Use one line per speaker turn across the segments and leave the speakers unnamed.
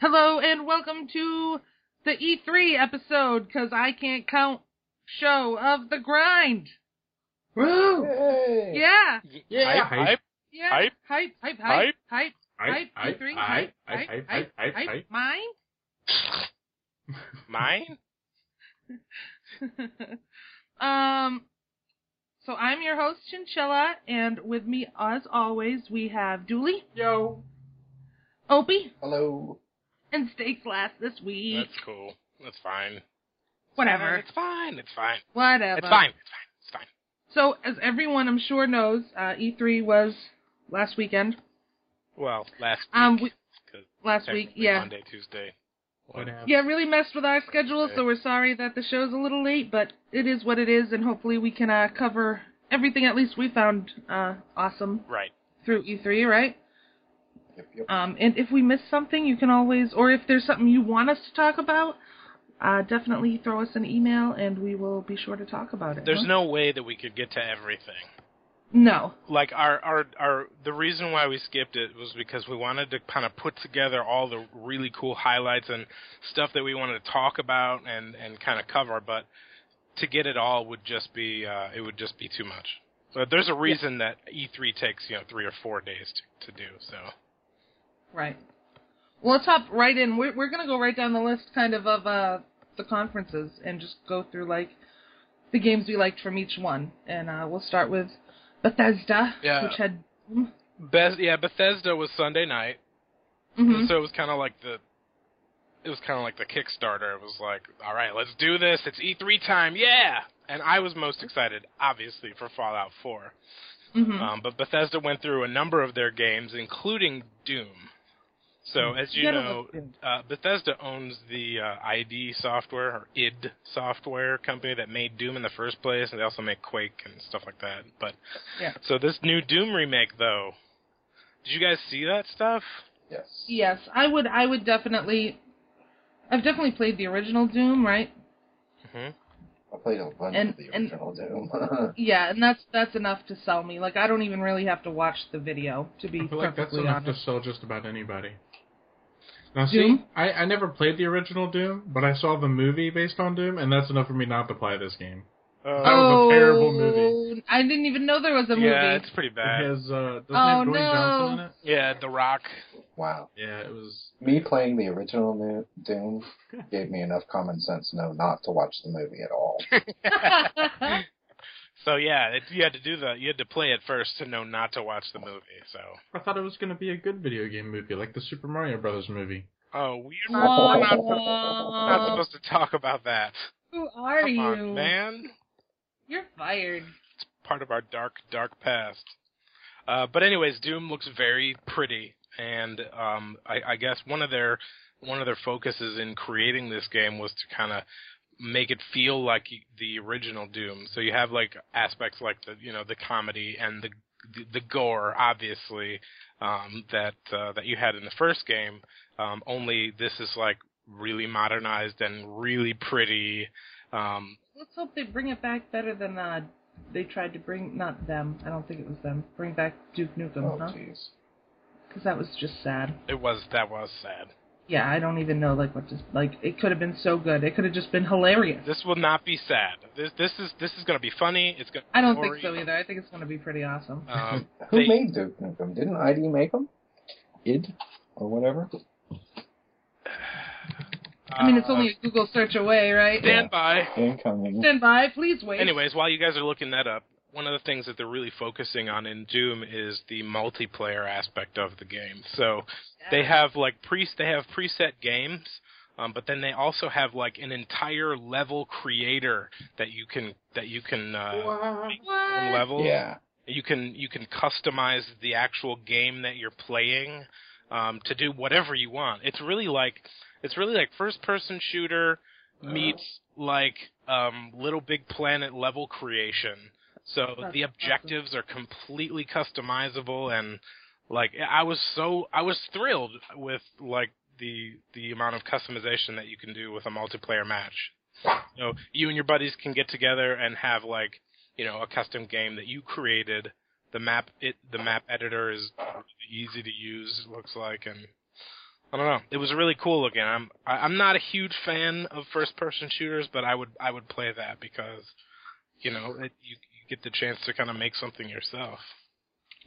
Hello and welcome to the E3 episode, cause I can't count show of the grind.
Woo!
Yay!
Yeah,
Yeah.
Hype, hype.
yeah.
Hype.
hype, hype, hype,
Hype.
hype, hype,
Hype,
E3,
hype,
hype,
hype,
hype,
hype, hype,
hype, mine.
Mine?
um, so I'm your host Chinchilla, and with me, as always, we have Dooley,
Yo.
Opie,
Hello.
and Steaks Last this week.
That's cool. That's fine.
Whatever,
It's fine. It's fine.
whatever.
It's fine. It's fine. It's fine.
So, as everyone I'm sure knows, uh, E3 was last weekend.
Well, last week.
Um, we,
'cause
last week,
technically
yeah.
Monday, Tuesday.
Whatever.
Yeah, it really messed with our schedule, so we're sorry that the show's a little late, but it is what it is, and hopefully we can uh, cover everything at least we found uh, awesome
Right.
through E3, right?
Yep, yep.
Um, and if we miss something, you can always, or if there's something you want us to talk about, uh, definitely throw us an email, and we will be sure to talk about it.
There's
huh?
no way that we could get to everything.
no,
Like our our our the reason why we skipped it was because we wanted to kind of put together all the really cool highlights and stuff that we wanted to talk about and and kind of cover, but to get it all would just be uh it would just be too much. But there's a reason that E3 takes, you know, 3 or 4 days to, to do, so.
Right. Well, let's hop right in. We're, we're going to go right down the list kind of of uh, the conferences and just go through like the games we liked from each one. And uh, we'll start with Bethesda,
Yeah. Mm-hmm.
which had.
Beth- yeah, Bethesda was Sunday night,
Mhm.
so it was kind of like the it was kind of like the Kickstarter. It was like, all right, let's do this. It's E3 time, yeah! And I was most excited, obviously, for Fallout 4.
Mhm.
Um, but Bethesda went through a number of their games, including Doom. So as you
Yeah,
know,
that was-
uh, Bethesda owns the uh, ID software or id software company that made Doom in the first place, and they also make Quake and stuff like that. But
Yeah.
so this new Doom remake, though, did you guys see that stuff?
Yes.
Yes, I would. I would definitely. I've definitely played the original Doom, right?
I played a bunch
And-
of the
and-
original Doom.
Yeah, and that's that's enough to sell me. Like I don't even really have to watch the video to be
I feel like that's
perfectly
enough
honest.
to sell just about anybody. Now, see,
Doom?
I, I never played the original Doom, but I saw the movie based on Doom, and that's enough for me not to play this game. That
Oh,
Uh,
was a terrible
movie. Oh, I didn't even know there was a
yeah,
movie.
it's pretty
It
bad.
has, uh, doesn't
Oh,
it have Dwayne
no.
Johnson in it?
Yeah, The Rock.
wow.
Yeah, it was.
Me playing the original Nu- Doom gave me enough common sense to know not to watch the movie at all.
So yeah, it, you had to do the you had to play it first to know not to watch the movie. So
I thought it was going to be a good video game movie, like the Super Mario Brothers movie.
oh, we're not,
Wah,
we're
wah,
not,
wah.
not supposed to talk about that.
Who are
Come
you?
on, man.
You're fired.
part of our dark, dark past. Uh, but anyways, Doom looks very pretty, and um, I, I guess one of their one of their focuses in creating this game was to kind of make it feel like the original Doom. So you have like aspects like the you know the comedy and the the, the gore, obviously, um, that uh, that you had in the first game. Um, only this is like really modernized and really pretty. Um,
Let's hope they bring it back better than uh, they tried to bring. Not them. I don't think it was them. Bring back Duke Nukem,
Oh,
huh?
jeez.
Because that was just sad.
it was that was sad.
Yeah, I don't even know like what to like. It could have been so good. It could have just been hilarious.
This will not be sad. This this is this is going to be funny. It's going.
I don't think so either. I think it's gonna be pretty awesome.
Um,
Who
They-
made Duke Nukem? Didn't ID make him? Id? Or whatever?
I
uh,
mean, it's only a Google search away, right?
stand by.
Incoming.
Stand by, please wait.
uh, Anyways, while you guys are looking that up, one of the things that they're really focusing on in Doom is the multiplayer aspect of the game. So they have like pre they have preset games, um, but then they also have like an entire level creator that you can that you can uh,
What?
level.
Yeah.
you can you can customize the actual game that you're playing um, to do whatever you want. It's really like it's really like first person shooter meets like um, Little Big Planet level creation. So
That's
the objectives are completely customizable and like I was so I was thrilled with like the the amount of customization that you can do with a multiplayer match. So you and your buddies can get together and have like you know a custom game that you created. The map it the map editor is easy to use. It looks like and I don't know. It was really cool looking. I'm I, I'm not a huge fan of first person shooters, but I would I would play that because you know it, you you get the chance to kind of make something yourself.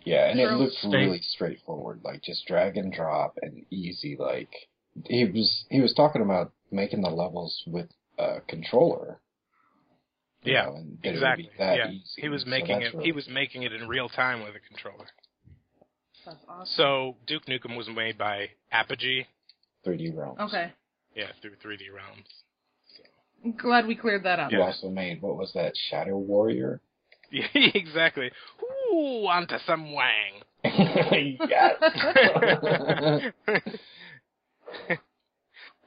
Yeah, and it
True.
looked
Thanks.
really straightforward, like just drag and drop and easy. Like he was he was talking about making the levels with a controller. you
Yeah,
know, and that it would be
exactly.
that
Yeah.
easy.
He was
So
making
that's
it.
really
He was making it in real time with a controller.
That's awesome.
So Duke Nukem was made by Apogee,
3D realms.
Okay.
yeah, through 3D Realms.
I'm glad we cleared that up.
Who
Yeah.
also made what was that Shadow Warrior?
Yeah, exactly. Ooh, onto some wang.
yes.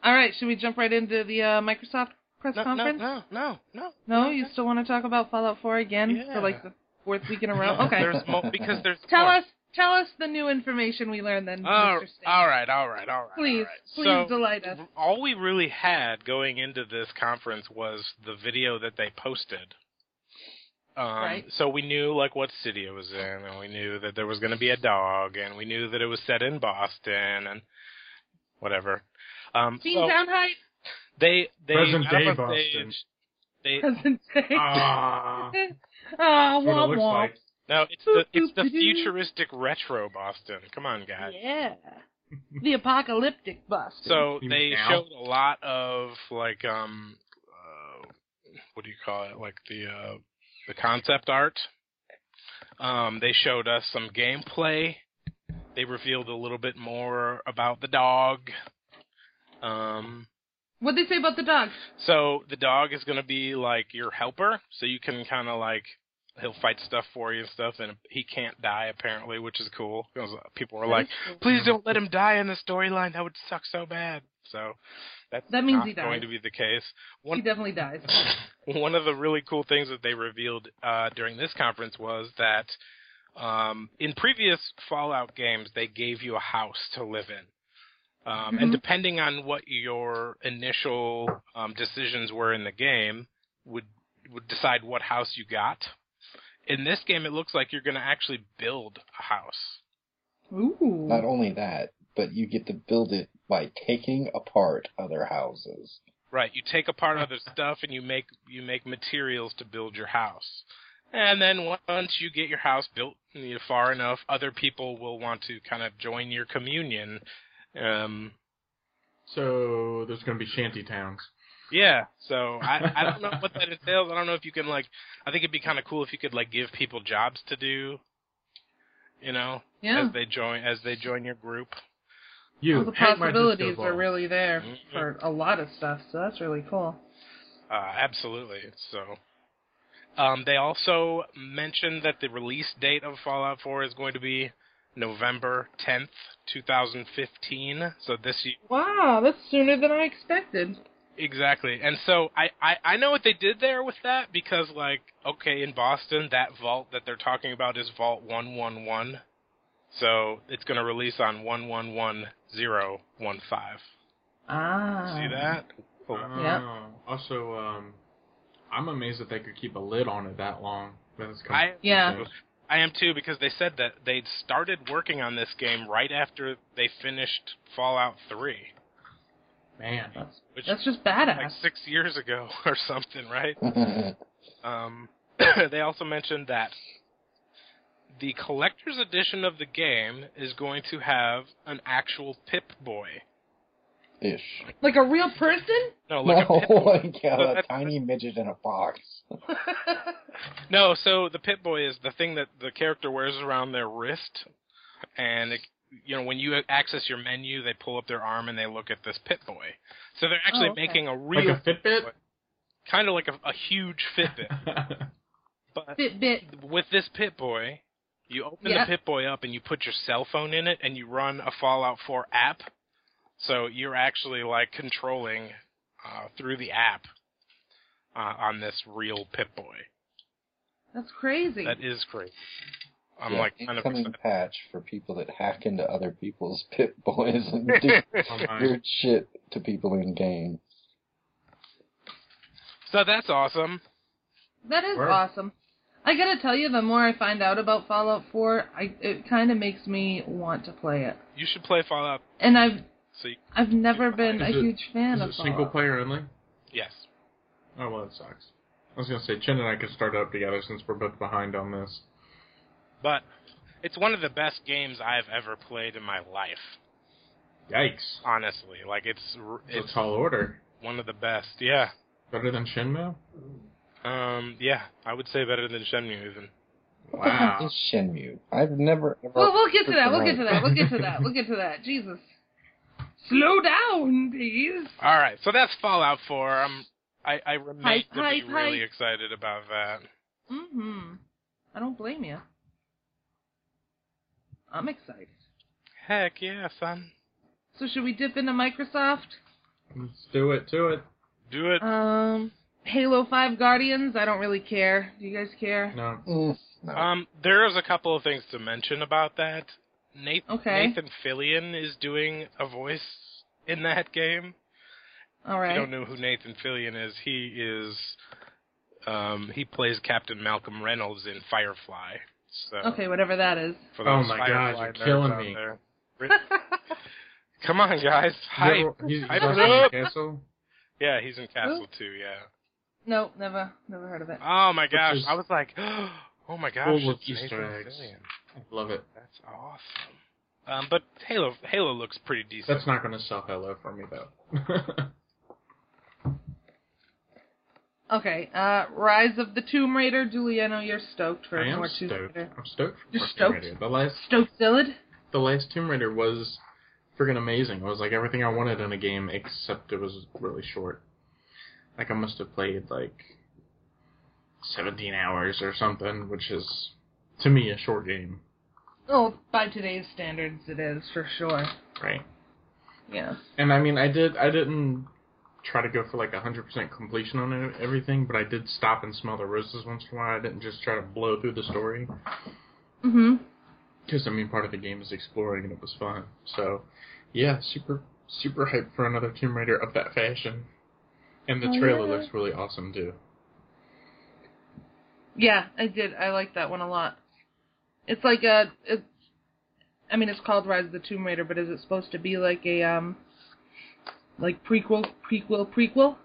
All right, should we jump right into the uh, Microsoft press
no, no,
conference?
no, no, no.
No, you still want to talk about Fallout 4 again
Yeah.
for like the fourth week in a row? Okay.
There's mo- because there's
tell
more.
us tell us the new information we learned then.
Oh,
Mr. Stan.
all right, all right, all right.
Please,
all right.
please
So,
delight us.
all we really had going into this conference was the video that they posted. Um,
Right.
So we knew like what city it was in, and we knew that there was going to be a dog, and we knew that it was set in Boston, and whatever. Um, so
Beantown Heights
they they
Present
got up
day
on
Boston.
stage. They
present day.
Ah,
oh,
that's what it
womp
looks
womp.
like.
no, it's the it's the
Boop-boop-doo.
futuristic retro Boston. Come on, guys.
Yeah. The apocalyptic bust.
So
You
they
mean now?
showed a lot of like um uh, what do you call it? Like the uh the concept art. Um they showed us some gameplay. They revealed a little bit more about the dog. Um
What'd they say about the dog?
so the dog is going to be like your helper, so you can kind of like he'll fight stuff for you and stuff and he can't die apparently, which is cool because people were like Please don't let him die in the storyline. That would suck so bad. So that's
That means
not
he dies.
going to be the case.
he
One
definitely dies.
one of the really cool things that they revealed uh, during this conference was that um, in previous Fallout games they gave you a house to live in, um,
Mhm.
and depending on what your initial um, decisions were in the game, would would decide what house you got. In this game, it looks like you're going to actually build a house.
Ooh.
Not only that, but you get to build it by taking apart other houses.
Right. You take apart other stuff and you make you make materials to build your house. And then once you get your house built and you're far enough, other people will want to kind of join your communion. Um,
So there's going to be shanty towns.
yeah. So I, I don't know what that entails. I don't know if you can like. I think it'd be kind of cool if you could like give people jobs to do. You know,
yeah.
as they join as they join your group.
All
You
the
hack my disco
possibilities
ball.
are really there
Mhm.
for a lot of stuff, so that's really cool.
Uh, absolutely. So, um, they also mentioned that the release date of Fallout 4 is going to be November 10th, 2015. So this year,
Wow, that's sooner than I expected.
exactly. And so I, I I know what they did there with that because like okay, in Boston, that vault that they're talking about is Vault 111. So it's going to release on 111015.
Ah.
See that?
Oh,
Cool.
Also, um, I'm amazed that they could keep a lid on it that long. That's kind
I
of
Yeah.
I am too because they said that they'd started working on this game right after they finished Fallout 3,
man.
That's,
which
that's
was
just badass.
like 6 years ago or something, right? Um they also mentioned that the collector's edition of the game is going to have an actual Pip-Boy.
Ish.
Like a real person?
No, like a
No,
Pip-Boy.
like yeah, a tiny midget in a box.
No, so the Pip Boy is the thing that the character wears around their wrist, and it, you know when you access your menu, they pull up their arm and they look at this Pip Boy. So they're actually
Oh, okay.
making a
Like
real,
a Fitbit?
kind of like a, a huge Fitbit, but
Fitbit.
with this Pip Boy, you open
Yeah.
the Pip Boy up and you put your cell phone in it and you run a Fallout 4 app. So you're actually like controlling uh, through the app uh, on this real Pip Boy.
That's crazy.
That is crazy. I'm
Yeah,
like kind of
incoming
excited.
patch for people that hack into other people's pit boys and do
Oh, my.
weird shit to people in game.
So that's awesome.
That is
Word.
awesome. I gotta tell you, the more I find out about Fallout 4, I, it kind of makes me want to play it.
You should play Fallout.
And I've
So you,
I've never been a
Is it-
huge fan
Is
of
it single
Fallout.
player only?
yes.
Oh well, that sucks. I was gonna say Chen and I could start up together since we're both behind on this.
But it's one of the best games I've ever played in my life.
Yikes!
Honestly, like it's r-
It's
it's
a tall order.
one of the best. Yeah.
Better than Shenmue.
Um. Yeah. I would say better than Shenmue even.
What the heck
Wow.
is Shenmue? I've never. ever
Well, we'll get to that. We'll get to
Right.
that. We'll get to that. We'll get to that. Jesus. Slow down, please.
All right. So that's Fallout 4. I'm. I, I remain
Hype,
to
hype,
be really
hype.
excited about that.
Mm-hmm. I don't blame you. I'm excited.
Heck yeah, son.
So should we dip into Microsoft?
Let's do it. Do it.
Do it.
Um, Halo 5 Guardians? I don't really care. Do you guys care?
No.
Mm, no.
Um, there is a couple of things to mention about that. Nathan,
Okay.
Nathan Fillion is doing a voice in that game.
All
If
right.
you don't know who Nathan Fillion is, he is um, he plays Captain Malcolm Reynolds in Firefly. So
Okay, whatever that is.
for
Oh
those
my God,
Firefly
you're
nerds
killing
out
me.
there. Come on, guys. Hi.
You're- He's, he's
Hype
also
it
in
up.
Castle.
Yeah, he's in Castle too. Yeah.
no, never, never heard of it.
Oh my gosh,
is
I was like, oh my gosh,
full of
it's Nathan
Easter eggs.
Fillion.
Love it.
That's awesome. Um, but Halo, Halo looks pretty decent.
That's not gonna sell Halo for me though.
Okay, uh, Rise of the Tomb Raider. Juliano, you're stoked for
I am
more Tomb
stoked.
Raider.
I'm stoked for
You're
Tomb
stoked?
Raider. The last
Stoked, Zillid?
the last Tomb Raider was friggin' amazing. It was like everything I wanted in a game except it was really short. Like I must have played like seventeen hours or something, which is to me a short game.
Oh, by today's standards, it is, for sure.
Right.
Yeah.
And I mean I did I didn't try to go for like hundred percent completion on it- everything, but I did stop and smell the roses once in a while. I didn't just try to blow through the story.
hmm
because I mean part of the game is exploring and it was fun. So yeah, super super hyped for another Tomb Raider of that fashion. And the
Oh,
trailer
yeah.
looks really awesome too.
Yeah, I did. I like that one a lot. It's like a. It, I mean, it's called Rise of the Tomb Raider, but is it supposed to be like a um, like prequel, prequel, prequel?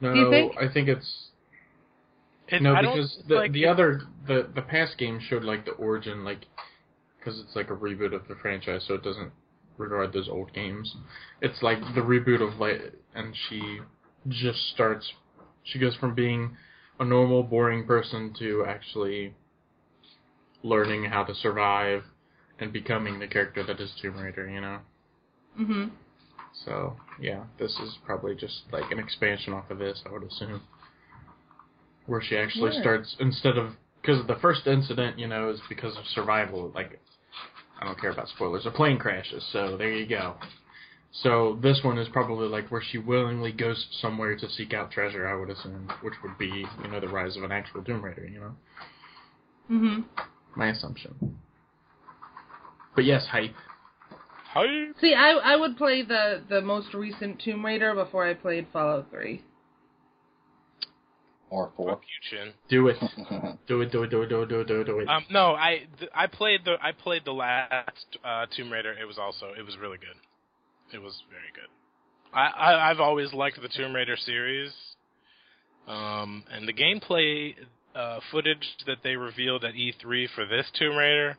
No,
you think?
I think it's
It-
no
I don't-
because
it's
the
like
the other the the past game showed like the origin like because it's like a reboot of the franchise, so it doesn't regard those old games. It's like the reboot of like, and she just starts. She goes from being a normal, boring person to actually learning how to survive and becoming the character that is Tomb Raider. You know.
Mm-hmm.
So yeah, this is probably just like an expansion off of this, I would assume, where she actually
Yeah.
starts instead of because the first incident, you know, is because of survival. Like, I don't care about spoilers. A plane crashes, so there you go. So this one is probably like where she willingly goes somewhere to seek out treasure. I would assume, which would be you know the rise of an actual Doom Raider. You know,
Mm-hmm.
my assumption. But yes, hype.
hype.
See, I I would play the the most recent Tomb Raider before I played Fallout Three.
or four.
Fuck you, Chin.
Do it. Do it. Do it. Do it. Do it. Do it. Do it. Do it.
Um, no, I th- I played the I played the last uh, Tomb Raider. It was also it was really good. It was very good. I, I I've always liked the Tomb Raider series, um, and the gameplay uh, footage that they revealed at E3 for this Tomb Raider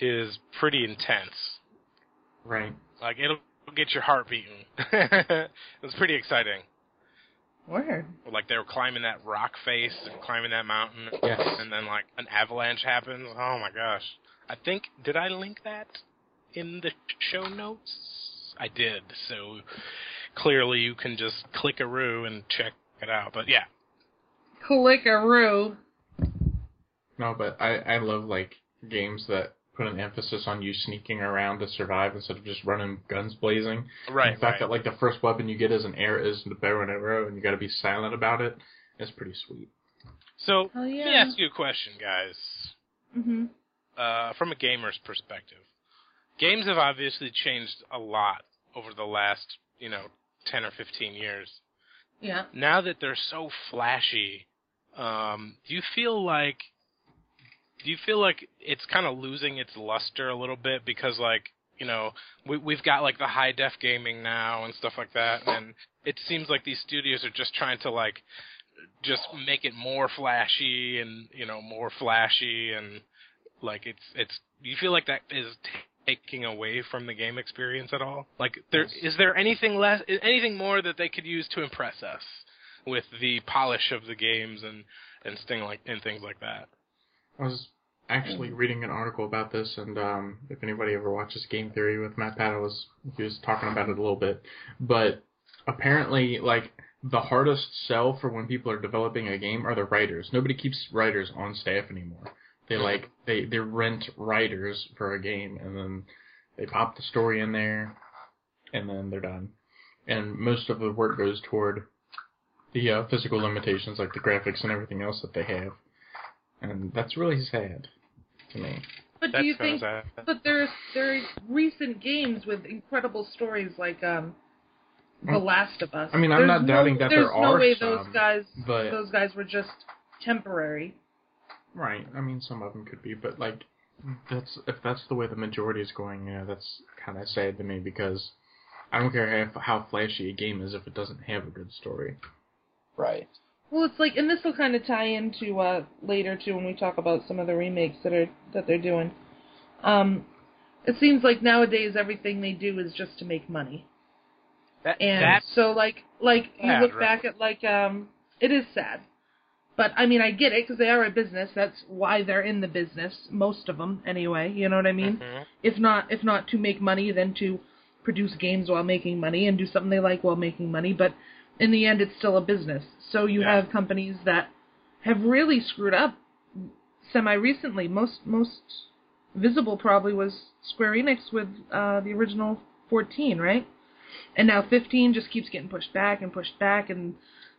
is pretty intense.
right.
Like it'll get your heart beating. it was pretty exciting.
Word.
Like they were climbing that rock face and climbing that mountain,
Yes.
and then like an avalanche happens. Oh my gosh! I think did I link that in the show notes? I did. So clearly you can just click a roo and check it out. But yeah,
Clickaroo.
No, but I, I love like games that put an emphasis on you sneaking around to survive instead of just running guns blazing.
right,
the fact
right.
that like the first weapon you get is an arrow is the bow and arrow and you gotta be silent about it is pretty sweet.
So
Hell
let me
Oh, yeah.
ask you a question, guys.
Mm-hmm.
uh, from a gamer's perspective, games have obviously changed a lot over the last, you know, 10 or 15 years.
Yeah.
Now that they're so flashy, um, do you feel like do you feel like it's kind of losing its luster a little bit because like you know, we we've got like the high def gaming now and stuff like that, and it seems like these studios are just trying to like just make it more flashy and you know more flashy and like it's it's you feel like that is taking away from the game experience at all like there is there anything less anything more that they could use to impress us with the polish of the games and and sting like and things like that
I was actually reading an article about this, and um, if anybody ever watches Game Theory with Matt Pat, I was he was talking about it a little bit, but apparently, like the hardest sell for when people are developing a game are the writers. Nobody keeps writers on staff anymore. They like they they rent writers for a game, and then they pop the story in there, and then they're done. And most of the work goes toward the uh, physical limitations, like the graphics and everything else that they have and that's really sad to me.
But
That
do you
sounds
think?
uh,
But there's there are recent games with incredible stories like um, The
Mm.
Last of Us.
I mean, I'm
There's
not
no-
doubting that there
there's no
are
way
some,
those guys
but-
those guys were just temporary.
Right. I mean, some of them could be, but like, that's if that's the way the majority is going, you know, that's kind of sad to me because I don't care how, how flashy a game is if it doesn't have a good story.
Right.
Well, it's like, and this will kind of tie into uh, later too when we talk about some of the remakes that are that they're doing. Um, it seems like nowadays everything they do is just to make money,
that,
and
that
so like like you
sad,
look
right?
back at like um, it is sad, but I mean I get it because they are a business. That's why they're in the business, most of them anyway. You know what I mean?
Mhm.
If not if not to make money, then to produce games while making money and do something they like while making money. But in the end, it's still a business. So you
Yeah.
have companies that have really screwed up semi recently. Most most visible probably was Square Enix with uh, the original 14, right? And now 15 just keeps getting pushed back and pushed back, and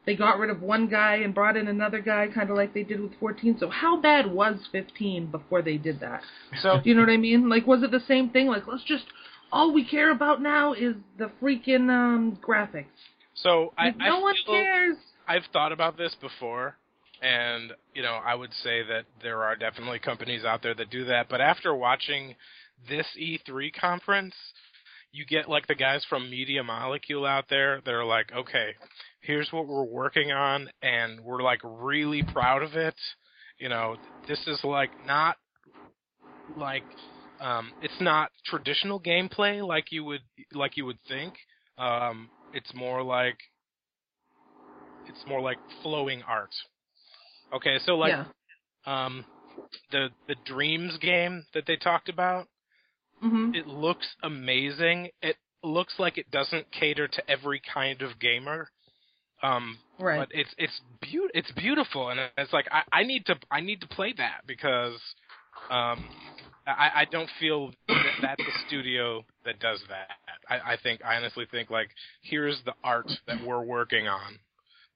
they got rid of one guy and brought in another guy, kind of like they did with 14. So how bad was 15 before they did that?
so
You know what I mean? Like, was it the same thing? Like, let's just all we care about now is the freaking um, graphics.
so I,
Like, no
I
one
feel-
cares.
I've thought about this before, and you know, I would say that there are definitely companies out there that do that. But after watching this E3 conference, you get like the guys from Media Molecule out there that are like, okay, here's what we're working on, and we're like really proud of it. You know, this is like not like um, it's not traditional gameplay like you would like you would think. Um, it's more like it's more like flowing art. Okay, so like
yeah.
um, the the Dreams game that they talked about,
hmm
it looks amazing. It looks like it doesn't cater to every kind of gamer. Um,
Right.
but it's it's beau- it's beautiful, and it's like I, I need to I need to play that because um, I, I don't feel that that's a studio that does that. I, I think I honestly think like here's the art that we're working on.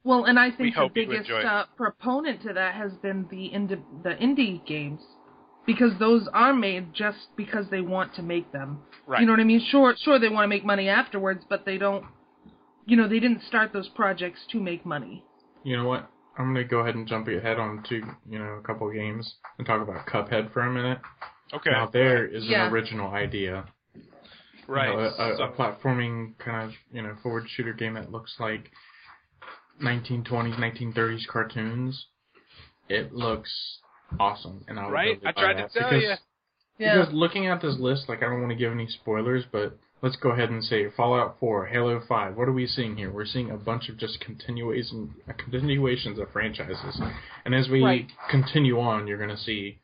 Well, and I
We
think the
hope you
biggest
enjoy it.
uh, proponent to that has been the ind- the indie games, because those are made just because they want to make them.
Right.
You know what I mean? Sure, sure they want to make money afterwards, but they don't. You know, they didn't start those projects to make money.
You know what? I'm gonna go ahead and jump ahead on to you know a couple games and talk about Cuphead for a minute.
Okay.
Now there is
Yeah.
an original idea.
right.
know, a, a, a
so-
platforming kind of you know forward shooter game that looks like 1920s, 1930s cartoons. It looks awesome, and I would
Right?
totally
I
buy
tried to
that
tell
because,
ya.
Yeah.
Because looking at this list, like I don't want to give any spoilers, but let's go ahead and say Fallout 4, Halo 5. What are we seeing here? We're seeing a bunch of just continuation uh, continuations of franchises, and as we
Right.
continue on, you're gonna see.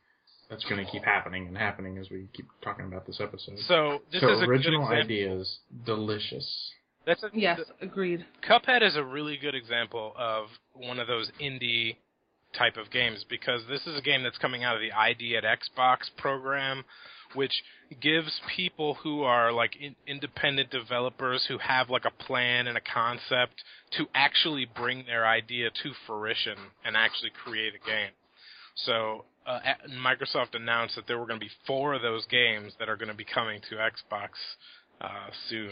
That's going to keep happening and happening as we keep talking about this episode
So this
so
is a
original
good example.
ideas, delicious.
That's a,
yes. Agreed.
Cuphead is a really good example of one of those indie type of games because this is a game that's coming out of the ID at Xbox program, which gives people who are like in, independent developers who have like a plan and a concept to actually bring their idea to fruition and actually create a game. So uh, a- Microsoft announced that there were going to be four of those games that are going to be coming to Xbox uh, soon,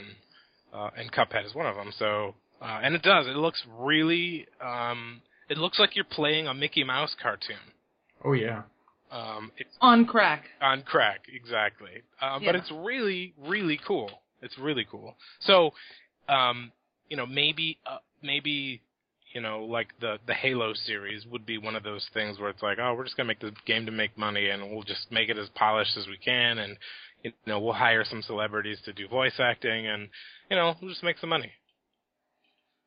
uh, and Cuphead is one of them. So uh, and it does. It looks really. Um, it looks like you're playing a Mickey Mouse cartoon.
Oh yeah,
Um, it's
on crack.
on crack, exactly. Uh, But
Yeah.
it's really, really cool. It's really cool. So, um, you know, maybe, uh, maybe, you know, like the the Halo series would be one of those things where it's like, oh, we're just gonna make this game to make money, and we'll just make it as polished as we can, and you know, we'll hire some celebrities to do voice acting, and you know, we'll just make some money.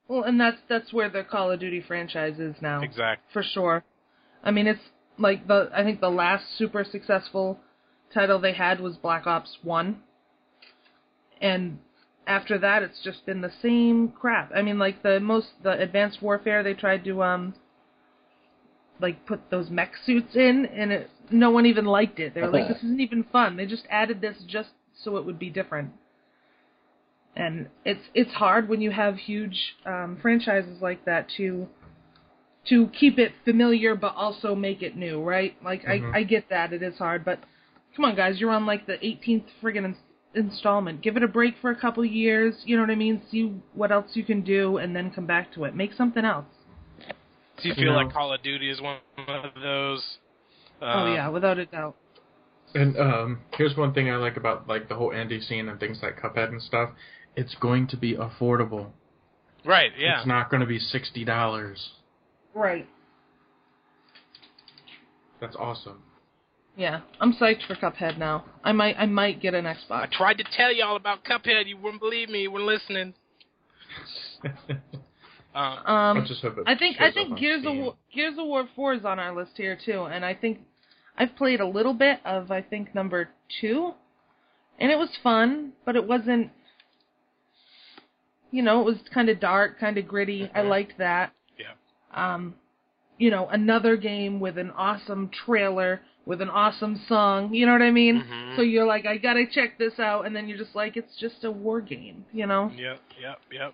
Well, and that's that's where the Call of Duty franchise is now.
Exactly.
for sure. I mean, it's like the I think the last super successful title they had was Black Ops One, and after that, it's just been the same crap. I mean, like the most the Advanced Warfare they tried to um like put those mech suits in, and it no one even liked it. They were like, this isn't even fun. They just added this just so it would be different. And it's it's hard when you have huge um, franchises like that to to keep it familiar but also make it new, right? Like I, I get that it is hard, but come on guys, you're on like the 18th friggin' ins- installment. Give it a break for a couple years, you know what I mean? See what else you can do and then come back to it. Make something else.
Do you
You
feel
know-
like Call of Duty is one of those?
oh
um,
yeah, without a doubt.
And um, here's one thing I like about like the whole indie scene and things like Cuphead and stuff. It's going to be affordable.
Right. Yeah.
It's not going to be sixty dollars.
Right.
That's awesome.
Yeah. I'm psyched for Cuphead now. I might I might get an
I
Xbox.
tried to tell y'all about Cuphead. You wouldn't believe me. You weren't listening. Um,
Um
I just hope it
I think
shows
I
up
think
on
Gears of
Steam.
War, Gears of War Four is on our list here too, and I think I've played a little bit of I think number two, and it was fun, but it wasn't. You know, it was kind of dark, kind of gritty. I
Mhm.
liked that.
Yeah.
Um, you know, another game with an awesome trailer with an awesome song. You know what I mean?
Mhm.
So you're like, I gotta check this out, and then you're just like, it's just a war game. You know?
Yep, yep, yep.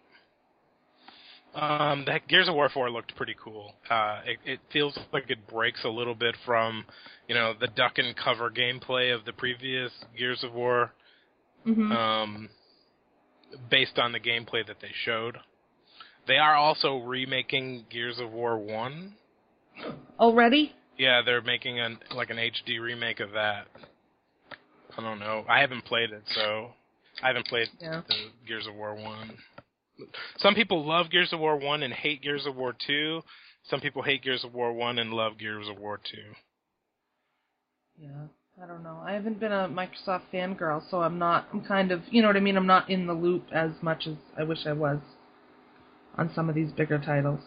Um, that Gears of War 4 looked pretty cool. Uh, it, it feels like it breaks a little bit from, you know, the duck and cover gameplay of the previous Gears of War,
hmm
um, based on the gameplay that they showed. They are also remaking Gears of War 1.
Already?
Yeah, they're making an like an HD remake of that. I don't know. I haven't played it, so I haven't played
Yeah.
the Gears of War one. Some people love Gears of War one and hate Gears of War two. Some people hate Gears of War one and love Gears of War two.
Yeah, I don't know. I haven't been a Microsoft fangirl, so I'm not. I'm kind of, you know what I mean. I'm not in the loop as much as I wish I was on some of these bigger titles.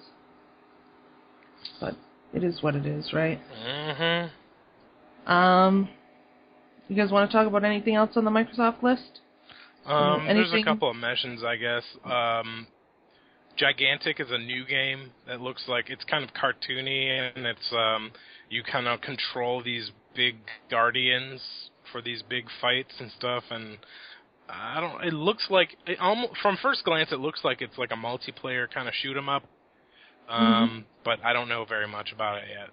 But it is what it is, right?
Mm-hmm.
Um, you guys want to talk about anything else on the Microsoft list?
Um, there's a
Mm-hmm. anything-
couple of mentions, I guess. Um, Gigantic is a new game that looks like it's kind of cartoony, and it's um, you kind of control these big guardians for these big fights and stuff. And I don't. It looks like it almost, from first glance, it looks like it's like a multiplayer kind of shoot 'em up.
Mm-hmm.
Um, but I don't know very much about it yet.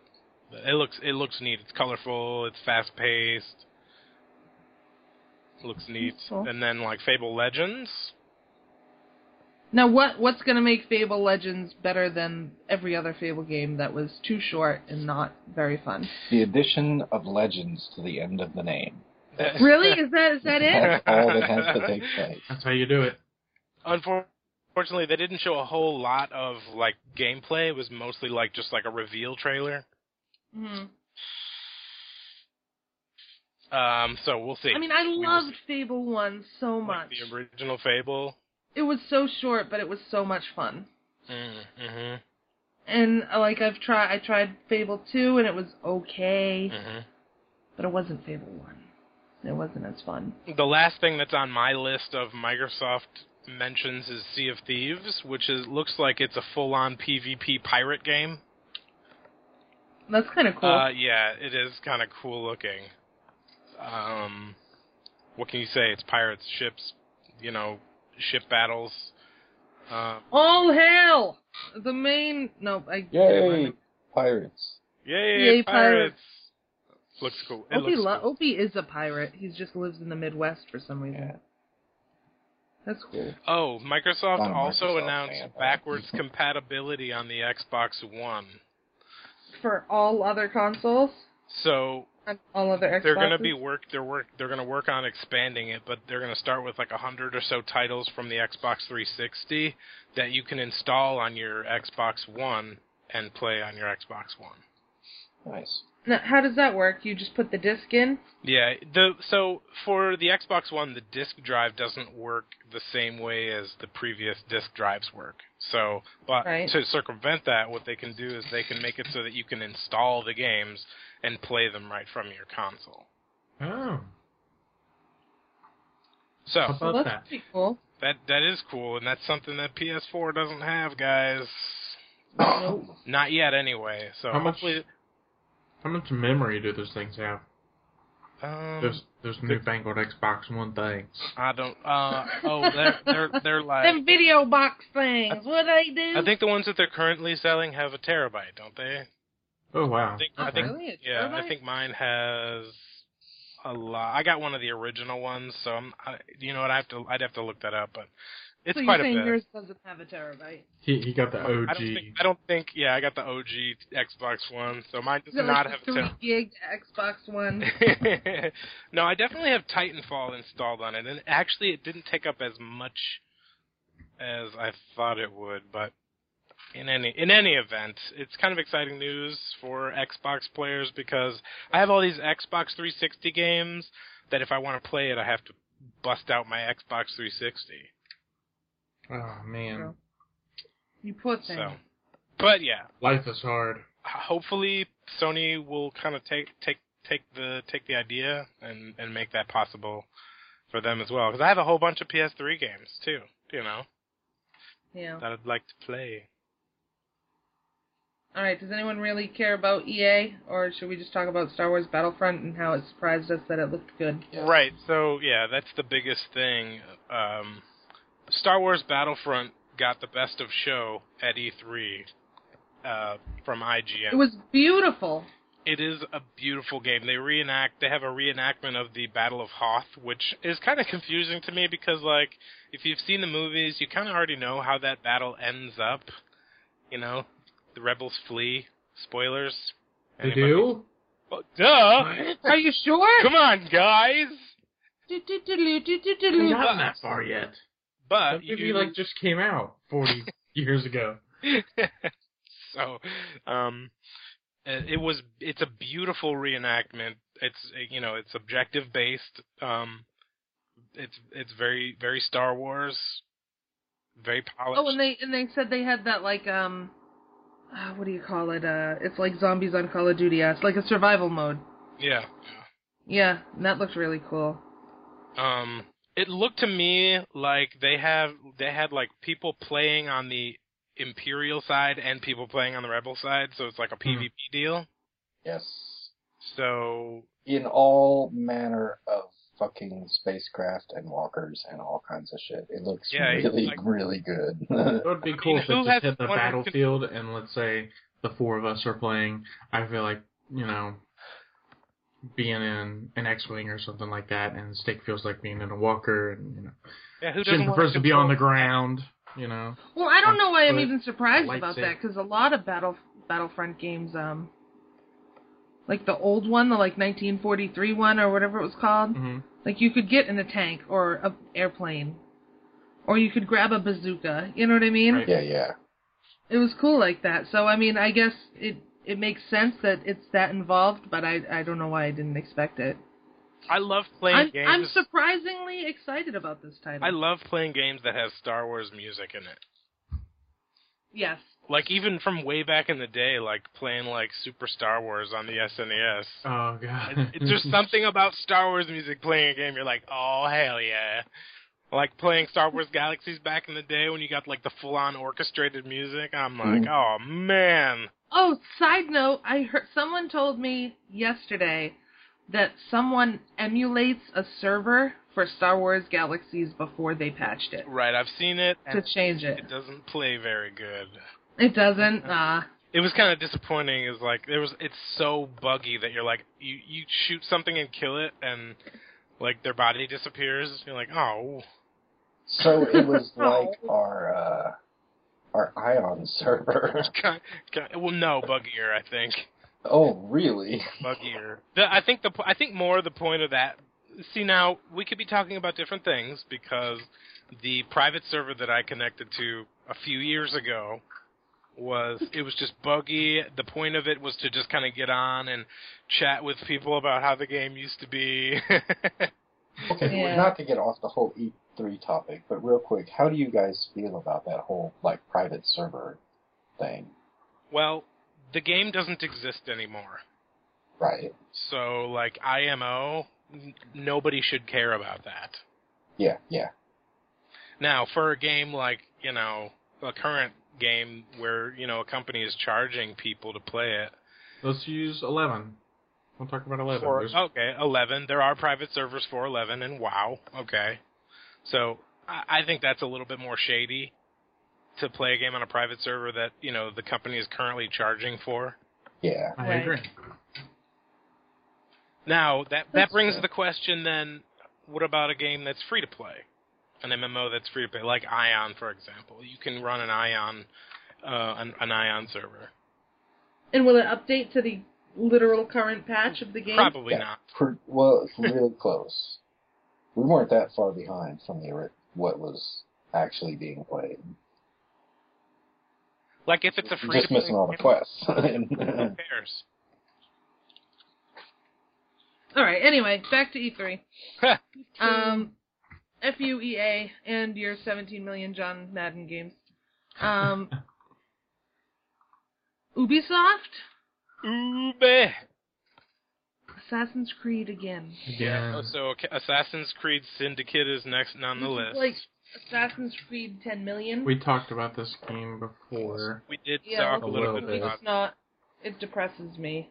But It looks it looks neat. It's colorful. It's fast paced. Looks neat.
That's cool.
And then like Fable Legends.
Now, what what's gonna make Fable Legends better than every other Fable game that was too short and not very fun?
The addition of legends to the end of the name.
Really? Is that is that it?
That's all that has to take place.
That's how you do it.
Unfortunately, they didn't show a whole lot of like gameplay. It was mostly like just like a reveal trailer.
hmm
Um, so we'll see.
I mean, I
We will
loved
see.
Fable One so much.
Like, the original Fable.
it was so short, but it was so much fun.
Mm,
And uh, like I've tried, I tried Fable two, and it was okay,
hmm hmm
but it wasn't Fable one. It wasn't as fun.
the last thing that's on my list of Microsoft mentions is Sea of Thieves, which is looks like it's a full-on PvP pirate game.
That's kind of cool.
Uh, yeah, it is kind of cool looking. Um, what can you say? It's pirates, ships, you know, ship battles. Uh,
All hail the main. No, I.
Yay, pirates!
yay,
Yay,
pirates! Looks cool. It
Opie,
looks
lo-
cool.
Opie is a pirate. He just lives in the Midwest for some reason.
Yeah.
That's cool.
Oh, Microsoft
Not a
also
Microsoft
announced
fan, but-
backwards compatibility on the Xbox One.
For all other consoles.
So
on all other Xboxes.
they're going to be work they're work they're going to work on expanding it but they're going to start with like a 100 or so titles from the Xbox 360 that you can install on your Xbox 1 and play on your Xbox 1.
Nice.
Now, how does that work? You just put the disc in.
Yeah, the so for the Xbox One, the disk drive doesn't work the same way as the previous disk drives work. So, but
Right.
to circumvent that, what they can do is they can make it so that you can install the games and play them right from your console.
Oh,
So
How
Well,
about
that's
that?
pretty cool.
that that is cool, and that's something that PS4 doesn't have, guys.
Nope.
Not yet, anyway. So
How much-
hopefully,
How much memory do those things have?
um,
Those those new bangled Xbox One things.
I don't. Uh, oh, they're they're they're like.
Them video box things. What I do?
I think the ones that they're currently selling have a terabyte, don't they?
Oh wow.
I think,
Oh,
I think
really? It's
Yeah,
terabyte?
I think mine has a lot. I got one of the original ones, so I'm, I, you know what? I have to. I'd have to look that up, but it's
so
quite
you're
a
saying
bit.
yours doesn't have a terabyte.
He he got the
I
OG.
don't think. I don't think. Yeah, I got the OG Xbox One, so mine does
Is it
not
like
have
the
a
three
terabyte.
gig Xbox One?
no, I definitely have Titanfall installed on it, and actually, it didn't take up as much as I thought it would. But in any in any event, it's kind of exciting news for Xbox players because I have all these Xbox 360 games that if I want to play it, I have to bust out my Xbox 360.
Oh man,
You poor thing.
So, but yeah,
life is hard.
hopefully Sony will kind of take take take the take the idea and and make that possible for them as well. Because I have a whole bunch of PS3 games too, you know,
Yeah.
that I'd like to play.
All right. Does anyone really care about EA, or should we just talk about Star Wars Battlefront and how it surprised us that it looked good?
Yeah.
Right. So yeah, that's the biggest thing. Um, Star Wars Battlefront got the best of show at E3 uh, from IGN.
It was beautiful.
it is a beautiful game. They reenact. They have a reenactment of the Battle of Hoth, which is kind of confusing to me because, like, if you've seen the movies, you kind of already know how that battle ends up. You know, the rebels flee. Spoilers.
They
Anybody? Oh.
do.
Well, duh.
Are you sure?
Come on, guys.
We're
Do-do-do-do-do-do-do.
not that far yet.
But
That movie
Uh, you
like just came out forty years ago.
so um it it was it's a beautiful reenactment it's you know it's objective based um it's it's very very star wars very polished
Oh, and they and they said they had that like um, uh, what do you call it? Uh, it's like zombies on Call of Duty. It's like a survival mode.
yeah
Yeah, and that looked really cool.
um it looked to me like they have they had like people playing on the imperial side and people playing on the rebel side so it's
Hmm.
like a pvp deal
Yes.
so
In all manner of fucking spacecraft and walkers and all kinds of shit. It looks
Yeah, it's
really,
like-
really good.
That would
I
be
mean,
cool if
who
it
has
just hit the
one who can-
battlefield and let's say the four of us are playing. I feel like you know being in an X-wing or something like that, and Stick feels like being in a walker, and you know
yeah who doesn't
Jim
want
prefers to be on the
control-
ground. You know,
Well, I don't know why I'm
But
even surprised
I like
about
it.
that because a lot of battle Battlefront games, um, like the old one, the like 1943 one or whatever it was called,
hmm
like you could get in a tank or a airplane, or you could grab a bazooka. You know what I mean?
Right.
yeah, yeah.
It was cool like that. So I mean, I guess it it makes sense that it's that involved, but I I don't know why I didn't expect it.
i love playing
I'm,
games
I'm surprisingly excited about this title.
I love playing games that have Star Wars music in it.
yes.
Like even from way back in the day, like playing like Super Star Wars on the SNES.
Oh god,
It's just something about Star Wars music playing a game. You're like, oh hell yeah! Like playing Star Wars Galaxies back in the day when you got like the full on orchestrated music. I'm like,
Mhm.
oh man.
Oh, side note, I heard someone told me yesterday that someone emulates a server for Star Wars Galaxies before they patched it
Right, I've seen it.
to
And
change it.
it doesn't play very good.
It doesn't. Uh,
It was kind of disappointing. Is like there was it's so buggy that you're like you you shoot something and kill it and like their body disappears. You're like, oh.
So it was
Oh.
like our uh our Ion server.
Ki- ki- well, no, buggier, I think.
Oh, really?
buggier. The, I think the po- I think more of the point of that. See now we could be talking about different things because the private server that I connected to a few years ago was it was just buggy. The point of it was to just kind of get on and chat with people about how the game used to be.
Okay,
Yeah.
not to get off the whole E3 topic, but real quick, how do you guys feel about that whole like private server thing?
well, the game doesn't exist anymore.
Right?
So like IMO, n- nobody should care about that.
Yeah, yeah.
Now, for a game like, you know, a current game where, you know, a company is charging people to play it.
Let's use eleven. We'll talk about eleven.
For,
There's-
okay, 11. There are private servers for 11, and wow, okay. So I, I think that's a little bit more shady to play a game on a private server that, you know, the company is currently charging for.
Yeah.
I
Right.
agree.
Now, that, that
That's
brings
fair.
the question then what about a game that's free to play? An MMO that's free to play, like Ion, for example. You can run an Ion, uh, an, an Ion server.
And will it update to the literal current patch of the game?
Probably
Yeah.
not.
Per- well, it's really close. We weren't that far behind from the ori- what was actually being played.
Like if it's a
We're
free
Just missing all the quests.
Who
And-
cares?
All right. Anyway, back to E3. Um, FUEA and your 17 million John Madden games. Um, Ubisoft,
Ooh, bleh.
Assassin's Creed again.
Yeah.
Oh, so okay, Assassin's Creed Syndicate is next on the
This
list.
is Like Assassin's Creed 10 million.
We talked about this game before.
we did
yeah,
talk
a
a little
little
bit
bit.
about.
it's not. It depresses me.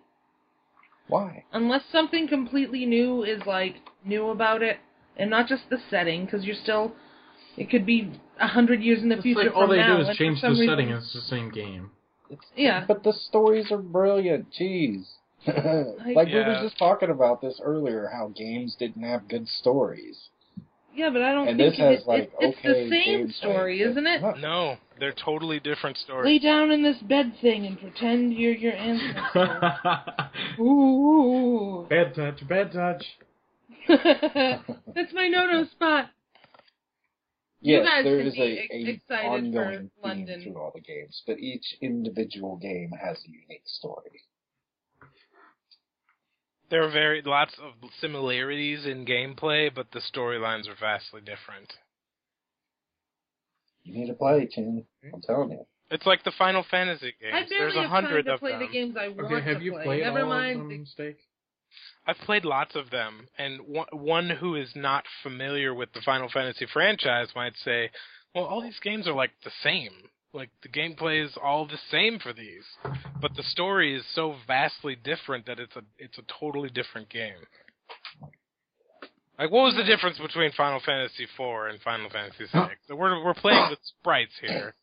Why?
unless something completely new is like new about it, and not just the setting, because you're still, it could be a hundred years in the
It's
future
like all
from
they
now,
do is
and
change
for
the
some reason-
setting. and It's the same game.
Yeah.
But the stories are brilliant. Jeez. like we were
Yeah.
just talking about this earlier, how games didn't have good stories.
Yeah, but I don't
And
think
this
it-
has like
it- it's
okay.
the same
gameplay,
story,
but
isn't it?
not-
No, they're totally different
Lay
stories.
down in this bed thing and pretend you're your ancestor. Ooh.
bad touch. Bad touch.
That's my no-no spot.
Yes,
guys
there
can
is
be
a,
ex-
a
excited for
ongoing
London.
theme through all the games, but each individual game has a unique story.
There are very lots of similarities in gameplay, but the storylines are vastly different.
You need to play, Tim. I'm telling you.
It's like the Final Fantasy games.
I barely
There's a
have time
hundred
to
of
play
them.
the games I want
Okay, have
to
you
play.
played
Never
all
mind.
of them, Steak?
I've played lots of them, and one, one who is not familiar with the Final Fantasy franchise might say, "Well, all these games are like the same. Like the gameplay is all the same for these, but the story is so vastly different that it's a it's a totally different game." Like, what
Hmm.
was the difference between Final Fantasy IV and Final Fantasy VI? So we're we're playing with sprites here,